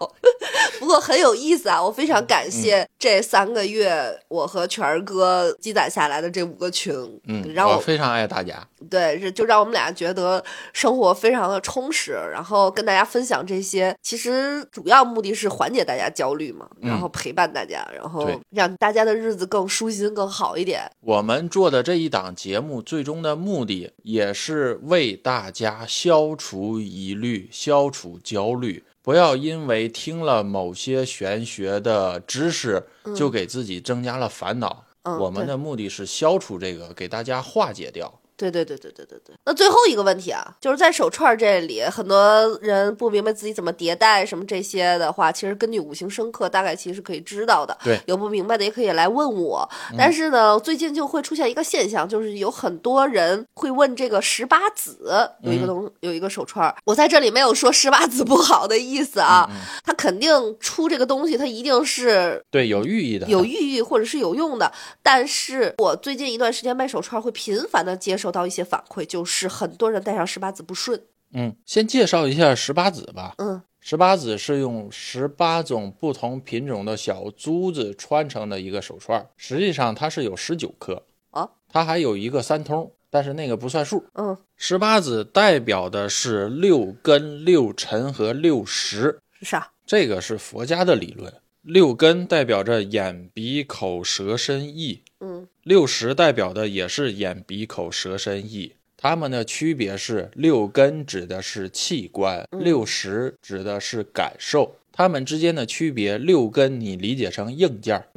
[SPEAKER 1] 不过很有意思啊，我非常感谢这三个月我和全儿哥积攒下来的这五个群，
[SPEAKER 2] 嗯，
[SPEAKER 1] 让
[SPEAKER 2] 我
[SPEAKER 1] 我
[SPEAKER 2] 非常爱大家。
[SPEAKER 1] 对，是就让我们俩觉得生活非常的充实，然后跟大家分享这些，其实主要目的是缓解大家焦虑嘛，
[SPEAKER 2] 嗯
[SPEAKER 1] 然后陪伴大家，然后
[SPEAKER 2] 对
[SPEAKER 1] 让大家的日子更舒心、更好一点。
[SPEAKER 2] 我们做的这一档节目，最终的目的也是为大家消除疑虑、消除焦虑。不要因为听了某些玄学的知识，就给自己增加了烦恼。
[SPEAKER 1] 嗯
[SPEAKER 2] 我们的目的是消除这个，给大家化解掉。
[SPEAKER 1] 对对对对对对对。那最后一个问题啊，就是在手串这里，很多人不明白自己怎么迭代什么这些的话，其实根据五行生克，大概其实是可以知道的。
[SPEAKER 2] 对
[SPEAKER 1] 有不明白的也可以来问我。但是呢，最近就会出现一个现象，就是有很多人会问这个十八子有一个东、有一个手串儿，我在这里没有说十八子不好的意思啊，他肯定出这个东西，他一定是
[SPEAKER 2] 对，有寓意的。
[SPEAKER 1] 有寓意或者是有用的。但是我最近一段时间卖手串，会频繁的接收到一些反馈，就是很多人戴上十八子不顺。
[SPEAKER 2] 嗯，先介绍一下十八子吧。
[SPEAKER 1] 嗯
[SPEAKER 2] 十八子是用十八种不同品种的小珠子穿成的一个手串儿，实际上它是有十九颗。
[SPEAKER 1] 啊，
[SPEAKER 2] 它还有一个三通，但是那个不算数。
[SPEAKER 1] 嗯，
[SPEAKER 2] 十八子代表的是六根、六尘和六识，
[SPEAKER 1] 是啥？
[SPEAKER 2] 这个是佛家的理论。六根代表着眼、鼻、口、舌、身、意，
[SPEAKER 1] 嗯
[SPEAKER 2] 六识代表的也是眼、鼻、口、舌、身、意。它们的区别是，六根指的是器官，六识指的是感受。它们之间的区别，六根你理解成硬件儿，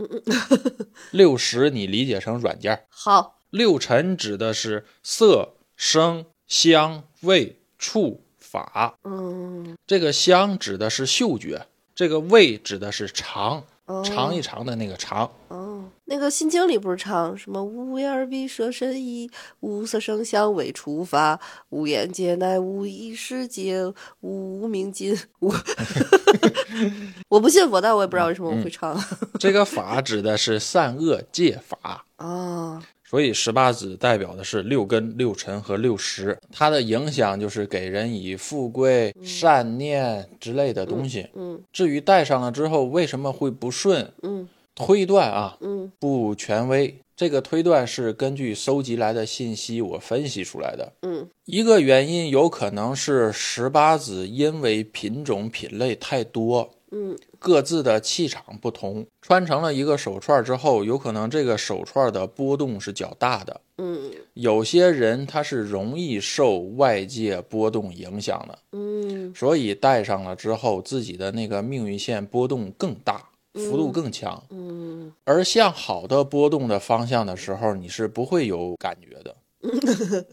[SPEAKER 2] *laughs* 六识你理解成软件儿。
[SPEAKER 1] 好，
[SPEAKER 2] 六尘指的是色、声、香、味、触、法。
[SPEAKER 1] 嗯，
[SPEAKER 2] 这个香指的是嗅觉，这个味指的是尝，
[SPEAKER 1] 哦
[SPEAKER 2] 尝一尝的那个尝。
[SPEAKER 1] 哦，那个《心经》里不是唱什么“无眼耳鼻舌身意，无色声香味触法，无眼界乃无一世界，无无明尽”。无， *laughs* 我不信佛，但我也不知道为什么我会唱。 *laughs*
[SPEAKER 2] 这个法指的是善恶戒法。
[SPEAKER 1] 哦，
[SPEAKER 2] 所以十八子代表的是六根、六尘和六识，它的影响就是给人以富贵、善念之类的东西。
[SPEAKER 1] 嗯
[SPEAKER 2] 至于戴上了之后为什么会不顺，
[SPEAKER 1] 嗯
[SPEAKER 2] 推断啊，
[SPEAKER 1] 嗯
[SPEAKER 2] 不权威。这个推断是根据搜集来的信息我分析出来的。
[SPEAKER 1] 嗯
[SPEAKER 2] 一个原因有可能是十八子因为品种品类太多，
[SPEAKER 1] 嗯
[SPEAKER 2] 各自的气场不同，穿成了一个手串之后，有可能这个手串的波动是较大的。
[SPEAKER 1] 嗯
[SPEAKER 2] 有些人他是容易受外界波动影响的，
[SPEAKER 1] 嗯
[SPEAKER 2] 所以戴上了之后，自己的那个命运线波动更大，幅度更强。
[SPEAKER 1] 嗯，
[SPEAKER 2] 而向好的波动的方向的时候，你是不会有感觉的；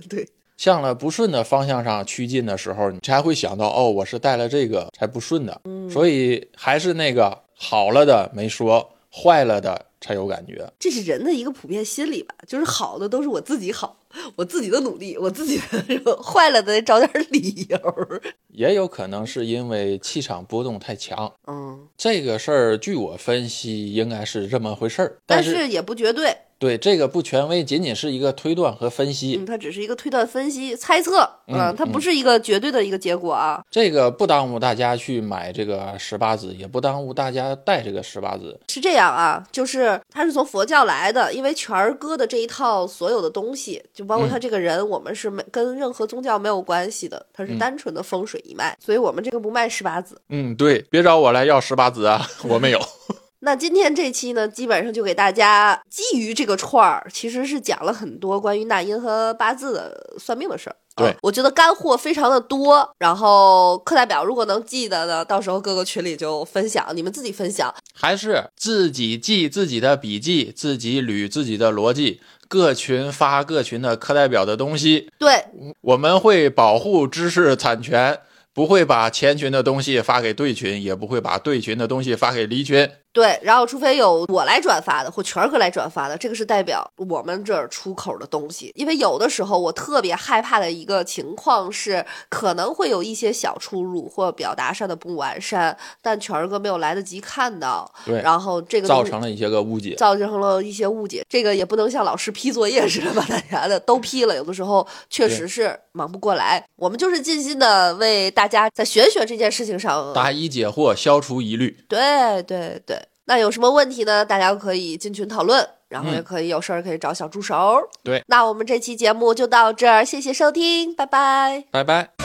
[SPEAKER 1] 对，
[SPEAKER 2] 向了不顺的方向上趋近的时候，你才会想到哦，我是带了这个才不顺的。所以还是那个好了的没说，坏了的才有感觉。
[SPEAKER 1] 这是人的一个普遍心理吧，就是好的都是我自己好，我自己的努力，我自己的坏了得找点理由儿。
[SPEAKER 2] 也有可能是因为气场波动太强。
[SPEAKER 1] 嗯，
[SPEAKER 2] 这个事儿据我分析应该是这么回事儿，
[SPEAKER 1] 但
[SPEAKER 2] 但
[SPEAKER 1] 是也不绝对，
[SPEAKER 2] 对这个不权威仅仅是一个推断和分析，
[SPEAKER 1] 嗯，它只是一个推断、分析、猜测，
[SPEAKER 2] 嗯
[SPEAKER 1] 嗯，它不是一个绝对的一个结果啊。
[SPEAKER 2] 这个不耽误大家去买这个十八子，也不耽误大家带这个十八子。
[SPEAKER 1] 是这样啊，就是他是从佛教来的，因为全儿哥的这一套所有的东西，就包
[SPEAKER 2] 嗯
[SPEAKER 1] 括他这个人，我们是没跟任何宗教没有关系的，他是
[SPEAKER 2] 嗯
[SPEAKER 1] 单纯的风水一脉，所以我们这个不卖十八子。
[SPEAKER 2] 嗯，对，别找我来要十八子啊，我 *laughs* 没有。
[SPEAKER 1] 那今天这期呢，基本上就给大家基于这个串儿，其实是讲了很多关于纳音和八字的算命的事儿。
[SPEAKER 2] 对
[SPEAKER 1] 啊我觉得干货非常的多。然后课代表如果能记得呢，到时候各个群里就分享，你们自己分享。
[SPEAKER 2] 还是自己记自己的笔记，自己捋自己的逻辑，各群发各群的课代表的东西，
[SPEAKER 1] 对，
[SPEAKER 2] 我们会保护知识产权，不会把前群的东西发给对群，也不会把对群的东西发给离群。
[SPEAKER 1] 对，然后除非有我来转发的或全哥来转发的，这个是代表我们这儿出口的东西。因为有的时候我特别害怕的一个情况是，可能会有一些小出入或表达上的不完善，但全哥没有来得及看到，
[SPEAKER 2] 对
[SPEAKER 1] 然后这个
[SPEAKER 2] 造
[SPEAKER 1] 东西
[SPEAKER 2] 成了一些个误解。
[SPEAKER 1] 造成了一些误解。这个也不能像老师批作业似的把大家的都批了，有的时候确实是忙不过来。我们就是尽心的为大家在玄学这件事情上
[SPEAKER 2] 答疑解惑，消除疑虑。
[SPEAKER 1] 对对对，那有什么问题呢？大家可以进群讨论，然后
[SPEAKER 2] 嗯
[SPEAKER 1] 也可以有事儿可以找小助手。
[SPEAKER 2] 对，
[SPEAKER 1] 那我们这期节目就到这儿，谢谢收听，拜拜。
[SPEAKER 2] 拜拜。